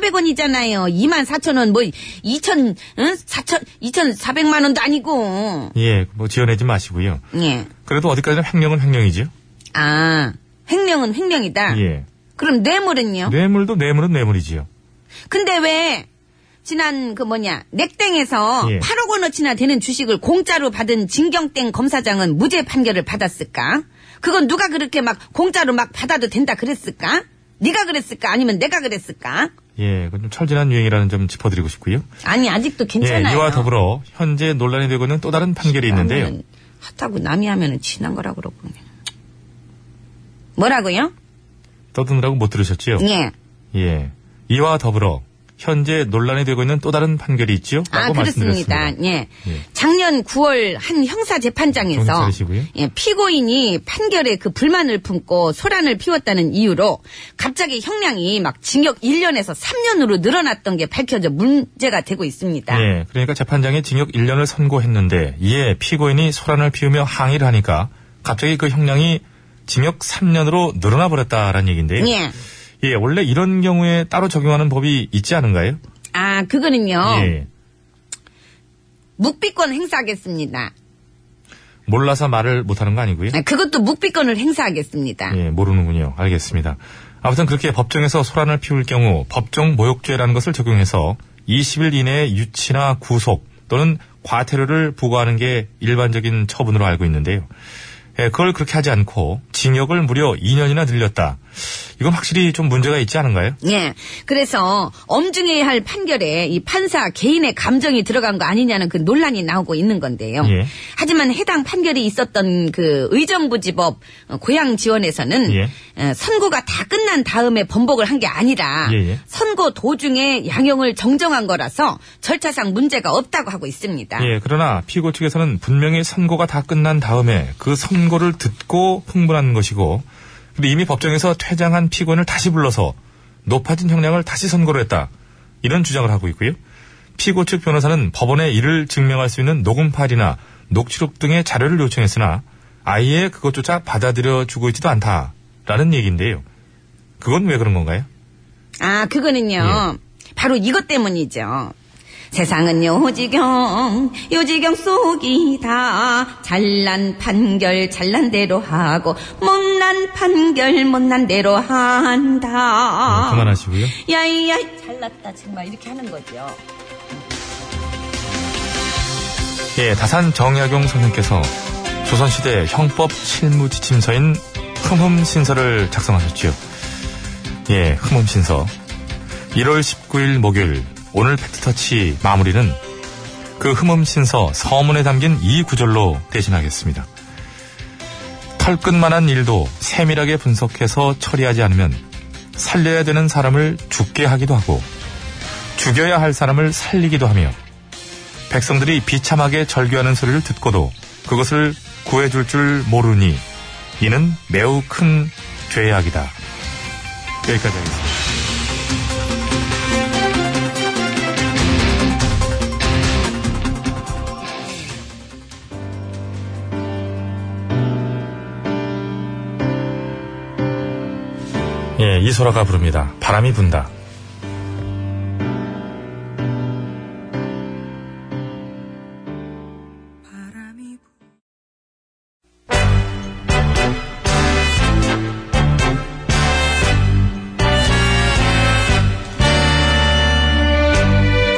B: 2,400원이잖아요. 24,000원 뭐 2,000, 응? 4,000, 2,400만 원도 아니고.
A: 예, 뭐 지어내지 마시고요.
B: 예.
A: 그래도 어디까지나 횡령은 횡령이지요?
B: 아, 횡령은 횡령이다.
A: 예.
B: 아, 그럼 뇌물은요?
A: 뇌물도 뇌물은 뇌물이지요.
B: 근데 왜 지난 그 뭐냐 넥땡에서
A: 예.
B: 8억 원어치나 되는 주식을 공짜로 받은 진경땡 검사장은 무죄 판결을 받았을까? 그건 누가 그렇게 막 공짜로 막 받아도 된다 그랬을까? 네가 그랬을까? 아니면 내가 그랬을까?
A: 예, 그건 좀 철진한 유행이라는 점 짚어드리고 싶고요.
B: 아니 아직도 괜찮아요.
A: 예, 이와 더불어 현재 논란이 되고 있는 또 다른 판결이 있는데요.
B: 나는 핫하고 남이 하면은 친한 거라 그러고 뭐라고요?
A: 떠드느라고 못 들으셨지요?
B: 예.
A: 예. 이와 더불어 현재 논란이 되고 있는 또 다른 판결이 있지요?
B: 아,
A: 라고
B: 그렇습니다.
A: 말씀드렸습니다.
B: 예.
A: 예.
B: 작년 9월 한 형사
A: 정신
B: 재판장에서
A: 차리시고요.
B: 예, 피고인이 판결에 그 불만을 품고 소란을 피웠다는 이유로 갑자기 형량이 막 징역 1년에서 3년으로 늘어났던 게 밝혀져 문제가 되고 있습니다.
A: 예, 그러니까 재판장이 징역 1년을 선고했는데 이에 피고인이 소란을 피우며 항의를 하니까 갑자기 그 형량이 징역 3년으로 늘어나 버렸다라는 얘기인데요.
B: 예.
A: 예, 원래 이런 경우에 따로 적용하는 법이 있지 않은가요?
B: 아, 그거는요.
A: 예.
B: 묵비권 행사하겠습니다.
A: 몰라서 말을 못 하는 거 아니고요.
B: 아, 그것도 묵비권을 행사하겠습니다.
A: 예, 모르는군요. 알겠습니다. 아무튼 그렇게 법정에서 소란을 피울 경우 법정 모욕죄라는 것을 적용해서 20일 이내에 유치나 구속 또는 과태료를 부과하는 게 일반적인 처분으로 알고 있는데요. 예, 그걸 그렇게 하지 않고 징역을 무려 2년이나 늘렸다. 이건 확실히 좀 문제가 있지 않은가요?
B: 예. 그래서 엄중해야 할 판결에 이 판사 개인의 감정이 들어간 거 아니냐는 그 논란이 나오고 있는 건데요.
A: 예.
B: 하지만 해당 판결이 있었던 그 의정부지법 어, 고향 지원에서는
A: 예.
B: 어, 선고가 다 끝난 다음에 번복을 한 게 아니라
A: 예, 예.
B: 선고 도중에 양형을 정정한 거라서 절차상 문제가 없다고 하고 있습니다.
A: 예, 그러나 피고 측에서는 분명히 선고가 다 끝난 다음에 그 선고를 듣고 흥분한 것이고, 근데 이미 법정에서 퇴장한 피고인을 다시 불러서 높아진 형량을 다시 선고를 했다. 이런 주장을 하고 있고요. 피고 측 변호사는 법원에 이를 증명할 수 있는 녹음 파일이나 녹취록 등의 자료를 요청했으나 아예 그것조차 받아들여주고 있지도 않다라는 얘기인데요.
D: 그건 왜 그런 건가요?
I: 아, 그거는요.
D: 예.
I: 바로 이것 때문이죠. 세상은 요지경, 요지경 속이다. 잘난 판결 잘난 대로 하고, 못난 판결 못난 대로
D: 네,
I: 한다.
D: 그만하시고요.
I: 야이야, 잘났다. 정말 이렇게 하는 거죠.
D: 예, 다산 정약용 선생께서 조선시대 형법 실무 지침서인 흠흠신서를 작성하셨지요. 예, 흠흠신서. 1월 19일 목요일 오늘 팩트터치 마무리는 그 흠흠신서 서문에 담긴 이 구절로 대신하겠습니다. 털끝만한 일도 세밀하게 분석해서 처리하지 않으면 살려야 되는 사람을 죽게 하기도 하고 죽여야 할 사람을 살리기도 하며 백성들이 비참하게 절규하는 소리를 듣고도 그것을 구해줄 줄 모르니 이는 매우 큰 죄악이다. 여기까지 하겠습니다. 예, 이소라가 부릅니다. 바람이 분다.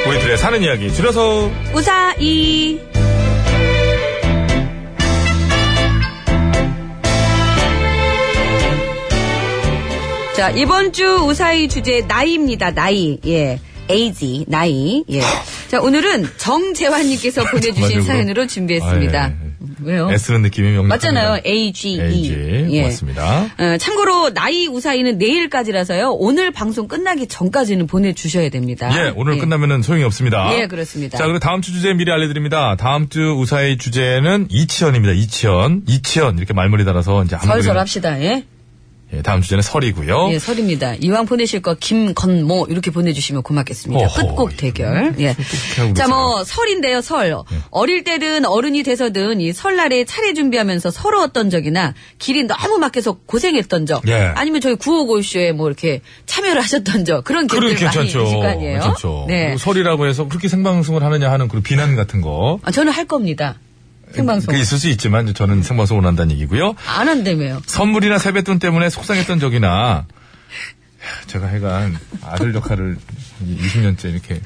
D: 우리들의 사는 이야기 줄여서
B: 우사이. 자, 이번 주 우사이 주제 나이입니다. 나이. 예. 에이지, 나이. 예. 자, 오늘은 정재환님께서 보내주신
D: 정말요?
B: 사연으로 준비했습니다.
D: 아, 예, 예.
B: 왜요?
D: 애쓰는 느낌이 명확합니다.
B: 어? 맞잖아요. AGE.
D: AG. 고맙습니다.
B: 어, 참고로 나이 우사이는 내일까지라서요. 오늘 방송 끝나기 전까지는 보내주셔야 됩니다.
D: 예, 오늘
B: 예.
D: 끝나면은 소용이 없습니다.
B: 예, 그렇습니다.
D: 자, 그리고 다음 주 주제 미리 알려드립니다. 다음 주 우사의 주제는 이치현입니다. 이치현, 이치현 이렇게 말머리 달아서 이제 아무도 그냥-
B: 설설합시다. 예.
D: 예, 다음 주제는 설이고요.
B: 예, 설입니다. 이왕 보내실 거 김건모 이렇게 보내주시면 고맙겠습니다.
D: 어허, 음,
B: 끝곡 대결. 예.
D: 하고 예.
B: 자, 뭐 설인데요, 설. 어릴 때든 어른이 돼서든 이 설날에 차례 준비하면서 서러웠던 적이나 길이 너무 막혀서 고생했던 적,
D: 예.
B: 아니면 저희 구호고쇼에 뭐 이렇게 참여를 하셨던 적 그런
D: 그런
B: 기억들 많이 있으실
D: 괜찮죠.
B: 거 아니에요.
D: 괜찮죠.
B: 네.
D: 뭐 설이라고 해서 그렇게 생방송을 하느냐 하는 그런 비난 같은 거.
B: 아, 저는 할 겁니다. 생방송
D: 그게 있을 수 있지만 이제 저는 생방송을 한다는 얘기고요.
B: 안 한다며요.
D: 선물이나 세뱃돈 때문에 속상했던 적이나 제가 해간 아들 역할을 20년째 이렇게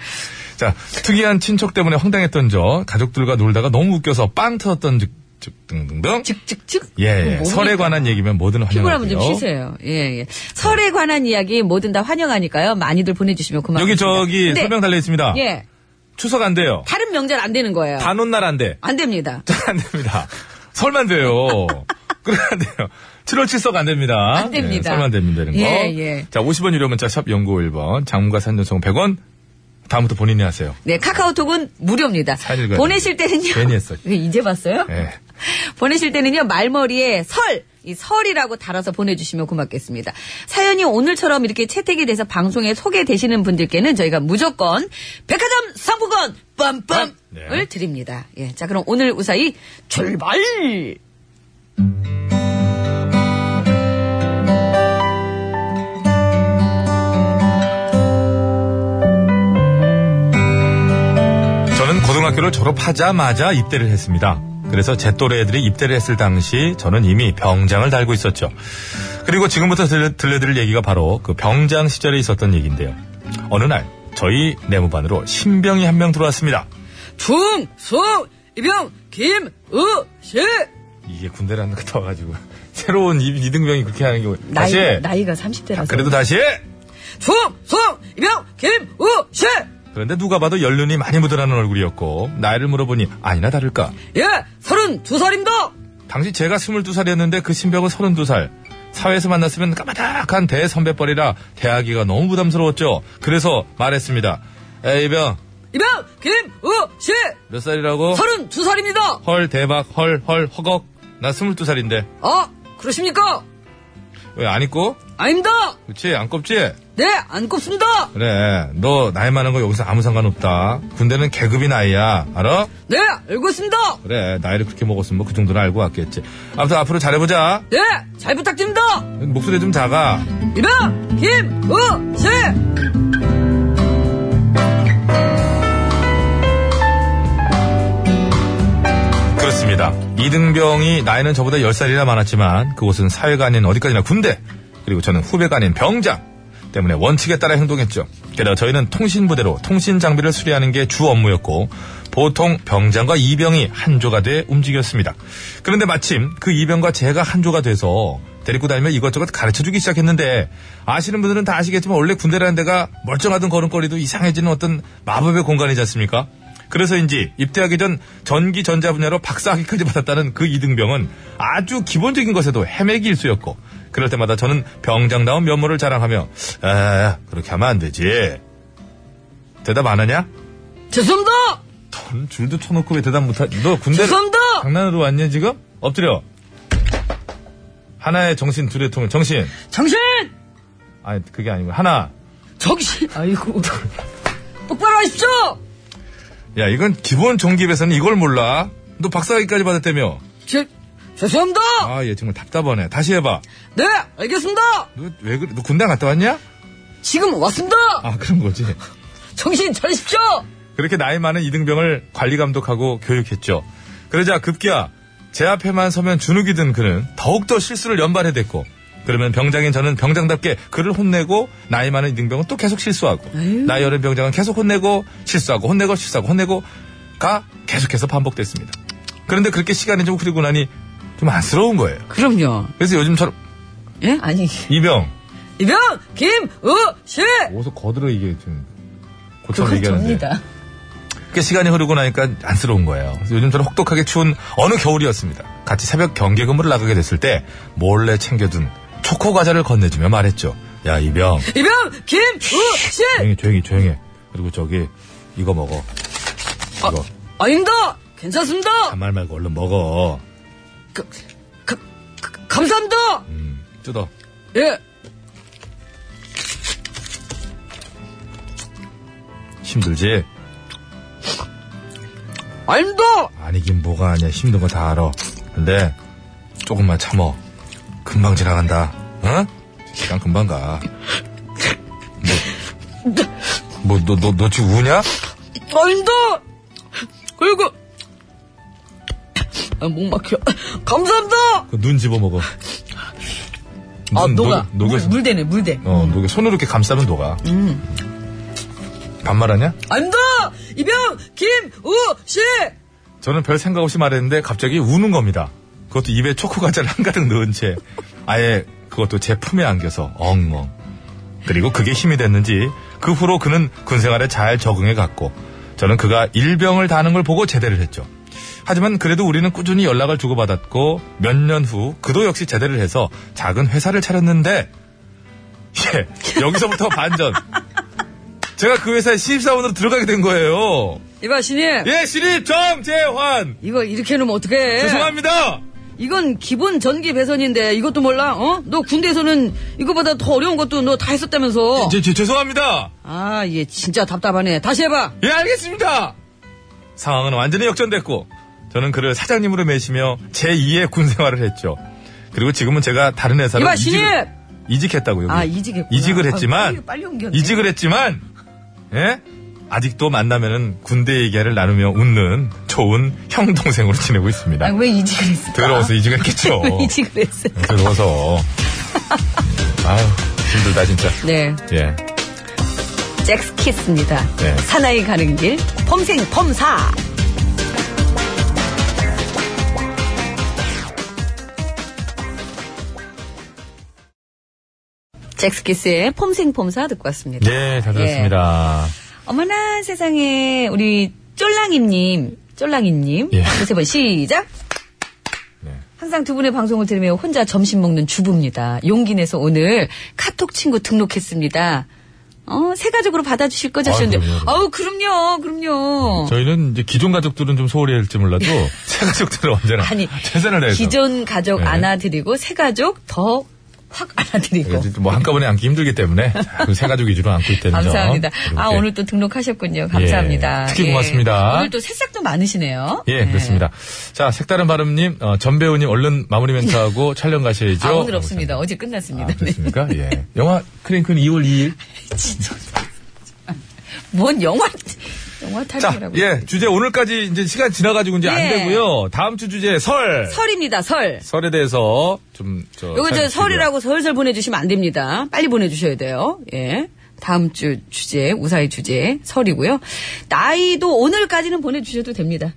D: 자 특이한 친척 때문에 황당했던 적 가족들과 놀다가 너무 웃겨서 빵 터졌던 즉, 즉 등등등
B: 즉즉즉.
D: 예, 예.
B: 뭐 뭡니까?
D: 설에 관한 얘기면 뭐든
B: 피곤하면 좀
D: 환영하고요
B: 쉬세요. 예, 예. 설에 관한 이야기 뭐든 다 환영하니까요. 많이들 보내주시면
D: 여기
B: 고맙습니다.
D: 저기
B: 근데,
D: 설명 달려 있습니다
B: 네. 예.
D: 추석 안 돼요
B: 다른 명절 안 되는 거예요.
D: 단오날 안돼안
B: 안 됩니다.
D: 됩니다 설만 돼요 그래 안 돼요 7월 7석 안 됩니다.
B: 안 됩니다.
D: 예, 설만 됩니다. 이런 거.
B: 예, 예.
D: 자, 50원 유료 문자 샵 0951번, 장문과 산전송 100원. 다음부터 본인이 하세요.
B: 네, 카카오톡은 무료입니다.
D: 사진 읽어야
B: 보내실 때는요.
D: 그 괜히 했어.
B: 왜 이제 봤어요?
D: 예.
B: 보내실 때는요, 말머리에 설! 이 설이라고 달아서 보내주시면 고맙겠습니다. 사연이 오늘처럼 이렇게 채택이 돼서 방송에 소개되시는 분들께는 저희가 무조건 백화점 상품권 빰빰을
D: 네.
B: 드립니다. 예. 자, 그럼 오늘 우사히 출발!
D: 저는 고등학교를 졸업하자마자 입대를 했습니다. 그래서 제 또래 애들이 입대를 했을 당시 저는 이미 병장을 달고 있었죠. 그리고 지금부터 들려, 들려드릴 얘기가 바로 그 병장 시절에 있었던 얘기인데요. 어느 날 저희 내무반으로 신병이 한 명 들어왔습니다.
B: 중, 수, 이병, 김, 우, 시!
D: 이게 군대라는 거 떠가지고 새로운 이- 이등병이 그렇게 하는 게 다시 아,
B: 나이가, 나이가 30대라서.
D: 그래도 다시
B: 중, 수, 이병, 김, 우, 시!
D: 그런데 누가 봐도 연륜이 많이 묻어나는 얼굴이었고 나이를 물어보니 아니나 다를까
B: 예, 32살입니다!
D: 당시 제가 22살이었는데 그 신병은 32살. 사회에서 만났으면 까마득한 대선배뻘이라 대하기가 너무 부담스러웠죠. 그래서 말했습니다. 에이 병,
B: 이병, 김, 우, 시!
D: 몇 살이라고?
B: 32살입니다!
D: 헐 대박 헐 헐 허걱. 나 22살인데
B: 아, 어, 그러십니까?
D: 왜 안 입고?
B: 아닙니다!
D: 그치 안 꼽지?
B: 네, 안 꼽습니다.
D: 그래, 너 나이 많은 거 여기서 아무 상관없다. 군대는 계급이 나이야. 알아?
B: 네, 알고 있습니다.
D: 그래, 나이를 그렇게 먹었으면 뭐그 정도는 알고 왔겠지. 아무튼 앞으로 잘해보자.
B: 네, 잘 부탁드립니다.
D: 목소리 좀 작아.
B: 이병, 김, 우, 씨.
D: 그렇습니다. 이등병이 나이는 저보다 10살이나 많았지만 그곳은 사회가 아닌 어디까지나 군대 그리고 저는 후배가 아닌 병장 때문에 원칙에 따라 행동했죠. 게다가 저희는 통신부대로 통신 장비를 수리하는 게 주 업무였고 보통 병장과 이병이 한조가 돼 움직였습니다. 그런데 마침 그 이병과 제가 한조가 돼서 데리고 다니며 이것저것 가르쳐주기 시작했는데 아시는 분들은 다 아시겠지만 원래 군대라는 데가 멀쩡하던 걸음거리도 이상해지는 어떤 마법의 공간이지 않습니까? 그래서인지 입대하기 전 전기 전자 분야로 박사학위까지 받았다는 그 이등병은 아주 기본적인 것에도 헤매기 일수였고 그럴 때마다 저는 병장다운 면모를 자랑하며 아 그렇게 하면 안 되지 대답 안 하냐?
B: 죄송합니다.
D: 네. 넌 음, 줄도 쳐놓고 왜 대답 못하? 너 군대
B: 죄송합니다.
D: 장난으로 왔냐 지금? 엎드려 하나의 정신 둘의 통일 정신
B: 정신,
D: 아니 그게 아니고 하나
B: 정신. 아이고. 똑바로 하십시오.
D: 야 이건 기본 종기입에서는 이걸 몰라 너 박사학위까지 받았다며
B: 죄, 죄송합니다.
D: 아 얘 정말 답답하네 다시 해봐
B: 네, 알겠습니다.
D: 너 왜 그래? 너 군대 안 갔다 왔냐?
B: 지금 왔습니다.
D: 아 그런 거지.
B: 정신 차리십시오.
D: 그렇게 나이 많은 이등병을 관리 감독하고 교육했죠. 그러자 급기야 제 앞에만 서면 주눅이 든 그는 더욱더 실수를 연발해댔고 그러면 병장인 저는 병장답게 그를 혼내고 나이 많은 이등병은 또 계속 실수하고 나이 어린 병장은 계속 혼내고 실수하고 혼내고 실수하고 혼내고가 계속해서 반복됐습니다. 그런데 그렇게 시간이 좀 흐르고 나니 좀 안쓰러운 거예요.
B: 그럼요.
D: 그래서 요즘처럼
B: 예? 아니.
D: 이병
B: 이병, 김, 우, 씨.
D: 어서 거들어 이게 좀 고쳐
B: 그건
D: 얘기하는데
B: 접니다.
D: 꽤 시간이 흐르고 나니까 안쓰러운 거예요. 그래서 요즘 저는 혹독하게 추운 어느 겨울이었습니다. 같이 새벽 경계 근무를 나가게 됐을 때 몰래 챙겨둔 초코 과자를 건네주며 말했죠. 야 이병
B: 이병, 김, 우, 씨.
D: 조용히 조용히 조용히 그리고 저기 이거 먹어. 이거
B: 아닙니다. 괜찮습니다.
D: 단말 말고 얼른 먹어.
B: 그, 그, 그, 감사합니다.
D: 음, 뜯어.
B: 예.
D: 힘들지?
B: 아닙니다.
D: 아니긴 뭐가 아니야 힘든 거 다 알아. 근데 조금만 참어. 금방 지나간다. 응? 시간 금방 가. 뭐, 뭐, 너, 너, 너 지금 우냐?
B: 아닙니다. 그리고, 아, 목 막혀. 감사합니다.
D: 그 눈 집어먹어.
B: 아,
D: 눈
B: 녹아.
D: 음,
B: 음.
D: 녹- 녹여서-
B: 물, 물대네, 물대.
D: 어, 녹여. 손으로 이렇게 감싸면 녹아.
B: 음.
D: 반말하냐?
B: 아닙니다. 이병, 김, 우, 씨.
D: 저는 별 생각 없이 말했는데 갑자기 우는 겁니다. 그것도 입에 초코 과자를 한가득 넣은 채 아예 그것도 제 품에 안겨서 엉엉. 그리고 그게 힘이 됐는지 그 후로 그는 군 생활에 잘 적응해 갔고 저는 그가 일병을 다는 걸 보고 제대를 했죠. 하지만 그래도 우리는 꾸준히 연락을 주고받았고 몇 년 후 그도 역시 제대를 해서 작은 회사를 차렸는데 예 여기서부터 반전. 제가 그 회사에 신입사원으로 들어가게 된 거예요.
B: 이봐, 신입.
D: 예 신입 정재환.
B: 이거 이렇게 해놓으면 어떡해.
D: 죄송합니다.
B: 이건 기본 전기 배선인데 이것도 몰라? 어? 너 군대에서는 이거보다 더 어려운 것도 너 다 했었다면서.
D: 제, 제- 죄송합니다.
B: 아, 얘 진짜 답답하네. 다시 해봐.
D: 예, 알겠습니다. 상황은 완전히 역전됐고 저는 그를 사장님으로 매시며 제2의 군 생활을 했죠. 그리고 지금은 제가 다른 회사로
B: 이봐, 신입!
D: 이직을, 이직했다고요.
B: 아, 이직했구나.
D: 이직을
B: 아,
D: 했지만
B: 빨리, 빨리 옮겼네.
D: 이직을 했지만 예? 아직도 만나면은 군대 얘기를 나누며 웃는 좋은 형 동생으로 지내고 있습니다.
B: 아, 왜 이직을 했을까?
D: 더러워서 이직을 했겠죠.
B: 왜 이직을 했을
D: 더러워서 아유 힘들다 진짜.
B: 네.
D: 예.
B: 잭스키스입니다.
D: 네.
B: 사나이 가는 길, 범생, 범사. 잭스키스의 폼생, 폼사 듣고 왔습니다.
D: 네, 잘
B: 예.
D: 들었습니다.
B: 어머나 세상에, 우리 쫄랑이님, 쫄랑이님.
D: 예.
B: 세번 시작!
D: 네.
B: 항상 두 분의 방송을 들으며 혼자 점심 먹는 주부입니다. 용기 내서 오늘 카톡 친구 등록했습니다. 어, 새 가족으로 받아주실 거죠?
D: 아,
B: 하셨는데.
D: 그럼요, 음, 그럼요.
B: 아우, 그럼요, 그럼요.
D: 저희는 이제 기존 가족들은 좀 소홀히 할지 몰라도 새 가족들은 언제나
B: 아니,
D: 최선을 다해서
B: 기존 가족
D: 네.
B: 안아드리고 새 가족 더 확 알아드리고.
D: 이제 뭐 한꺼번에 앉기 힘들기 때문에 자, 그세 가족 위주로 앉고 있다는 점.
B: 감사합니다. 아,
D: 이렇게.
B: 오늘 또 등록하셨군요. 감사합니다.
D: 예, 특히 고맙습니다.
B: 오늘 또 새싹도 많으시네요.
D: 예, 그렇습니다. 자, 색다른 발음님, 어, 전배우님 얼른 마무리 멘트하고 촬영 가셔야죠.
B: 아, 오늘 없습니다. 네. 어제 끝났습니다.
D: 아, 그렇습니까? 예. 영화 크랭크는 2월 2일.
B: 뭔 영화, 영화
D: 자,
B: 타령이라고.
D: 예. 주제 오늘까지 이제 시간 지나가지고 이제 안
B: 예.
D: 되고요. 다음 주 주제 설.
B: 설입니다, 설.
D: 설에 대해서 좀, 저.
B: 요거 저
D: 사연
B: 설이라고 설설 보내주시면 안 됩니다. 빨리 보내주셔야 돼요. 예. 다음 주 주제, 우사의 주제, 설이고요. 나이도 오늘까지는 보내주셔도 됩니다.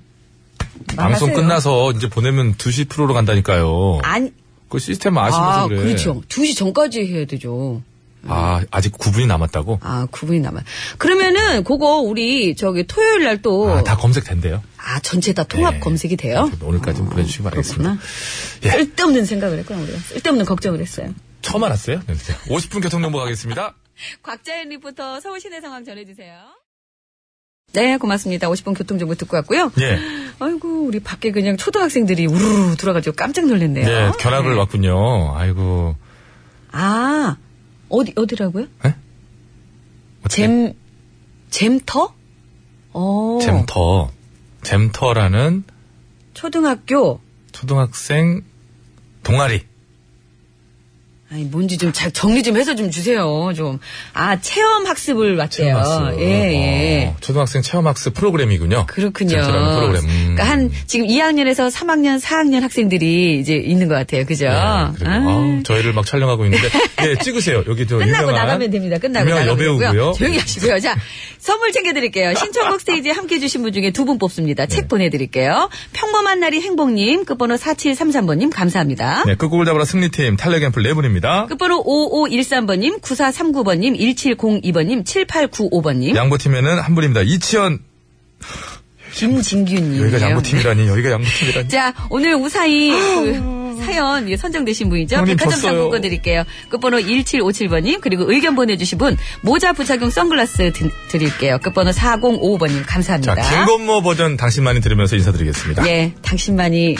D: 드리고요. 방송
B: 말하세요.
D: 끝나서 이제 보내면 2시 프로로 간다니까요.
B: 아니,
D: 그 시스템 아시면서
B: 아,
D: 그래.
B: 그렇죠. 2시 전까지 해야 되죠.
D: 아, 아직 9분이 남았다고?
B: 아, 9분이 남아요. 그러면은, 그거, 우리, 저기, 토요일 날 또,
D: 아,
B: 아,
D: 다 검색된대요.
B: 전체 다 통합
D: 예.
B: 검색이 돼요?
D: 오늘까지 는 보내주시기 바라겠습니다. 예.
B: 그렇구나. 쓸데없는 생각을 했구나, 우리가. 쓸데없는 걱정을 했어요.
D: 처음 알았어요? 네, 50분 교통정보 가겠습니다.
B: 곽자연 리포터 서울시내 상황 전해주세요. 네, 고맙습니다. 50분 교통정보 듣고 왔고요.
D: 예.
B: 아이고, 우리 밖에 그냥 초등학생들이 우르르 들어가지고 깜짝 놀랐네요.
D: 네, 견학을 왔군요. 아이고.
B: 아, 어디, 어디라고요?
D: 아, 어떻게
B: 잼, 잼터? 어.
D: 잼터. 잼터라는
B: 초등학교.
D: 초등학생 동아리.
B: 아니, 뭔지 좀 자- 정리 좀 해서 좀 주세요. 좀. 아, 체험학습을 왔대요.
D: 체험학습.
B: 예, 예.
D: 어, 초등학생 체험학습 프로그램이군요.
B: 그렇군요.
D: 잼터라는 프로그램. 음.
B: 그러니까 한 지금 2학년에서 3학년, 4학년 학생들이 이제 있는 것 같아요. 그죠?
D: 네, 그리고
B: 아.
D: 아우, 저희를 막 촬영하고 있는데 예 찍으세요 여기 저
B: 끝나고
D: 유명한
B: 나가면 됩니다. 끝나고
D: 유명한
B: 나가면 되고요.
D: 여배우고요. 예.
B: 조용히 하시고요. 자, 선물 챙겨드릴게요. 신청곡 스테이지에 함께해 주신 분 중에 두 분 뽑습니다.
D: 네.
B: 책 보내드릴게요. 평범한 날이 행복님, 끝번호 4733번님 감사합니다.
D: 네, 끝곡을 잡아라 승리팀 탄력 앰플 네 분입니다.
B: 끝번호 5513번님, 9439번님, 1702번님, 7895번님,
D: 양보팀에는 한 분입니다. 이치현
B: 김진규님.
D: 여기가 양보팀이라니 여기가 양보팀이라니.
B: 자, 오늘 우사히 그 사연 예, 선정되신 분이죠.
D: 아, 어. 형님
B: 백화점
D: 졌어요.
B: 상품권 드릴게요. 끝번호 1757번님, 그리고 의견 보내주신 분, 모자 부착용 선글라스 드- 드릴게요. 끝번호 4055번님,
D: 자
B: 감사합니다.
D: 김건모 버전 당신만이 들으면서 인사드리겠습니다.
B: 예, 당신만이,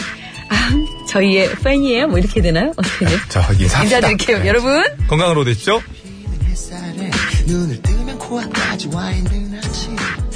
B: 아, 저희의 팬이에요? 뭐 이렇게 되나요? 어떻게 돼요?
D: 자 인사.
B: 인사드릴게요. 여러분.
D: 건강으로 되십시오.
C: 비는 햇살에 눈을 뜨면 코앞까지 와 있는 아침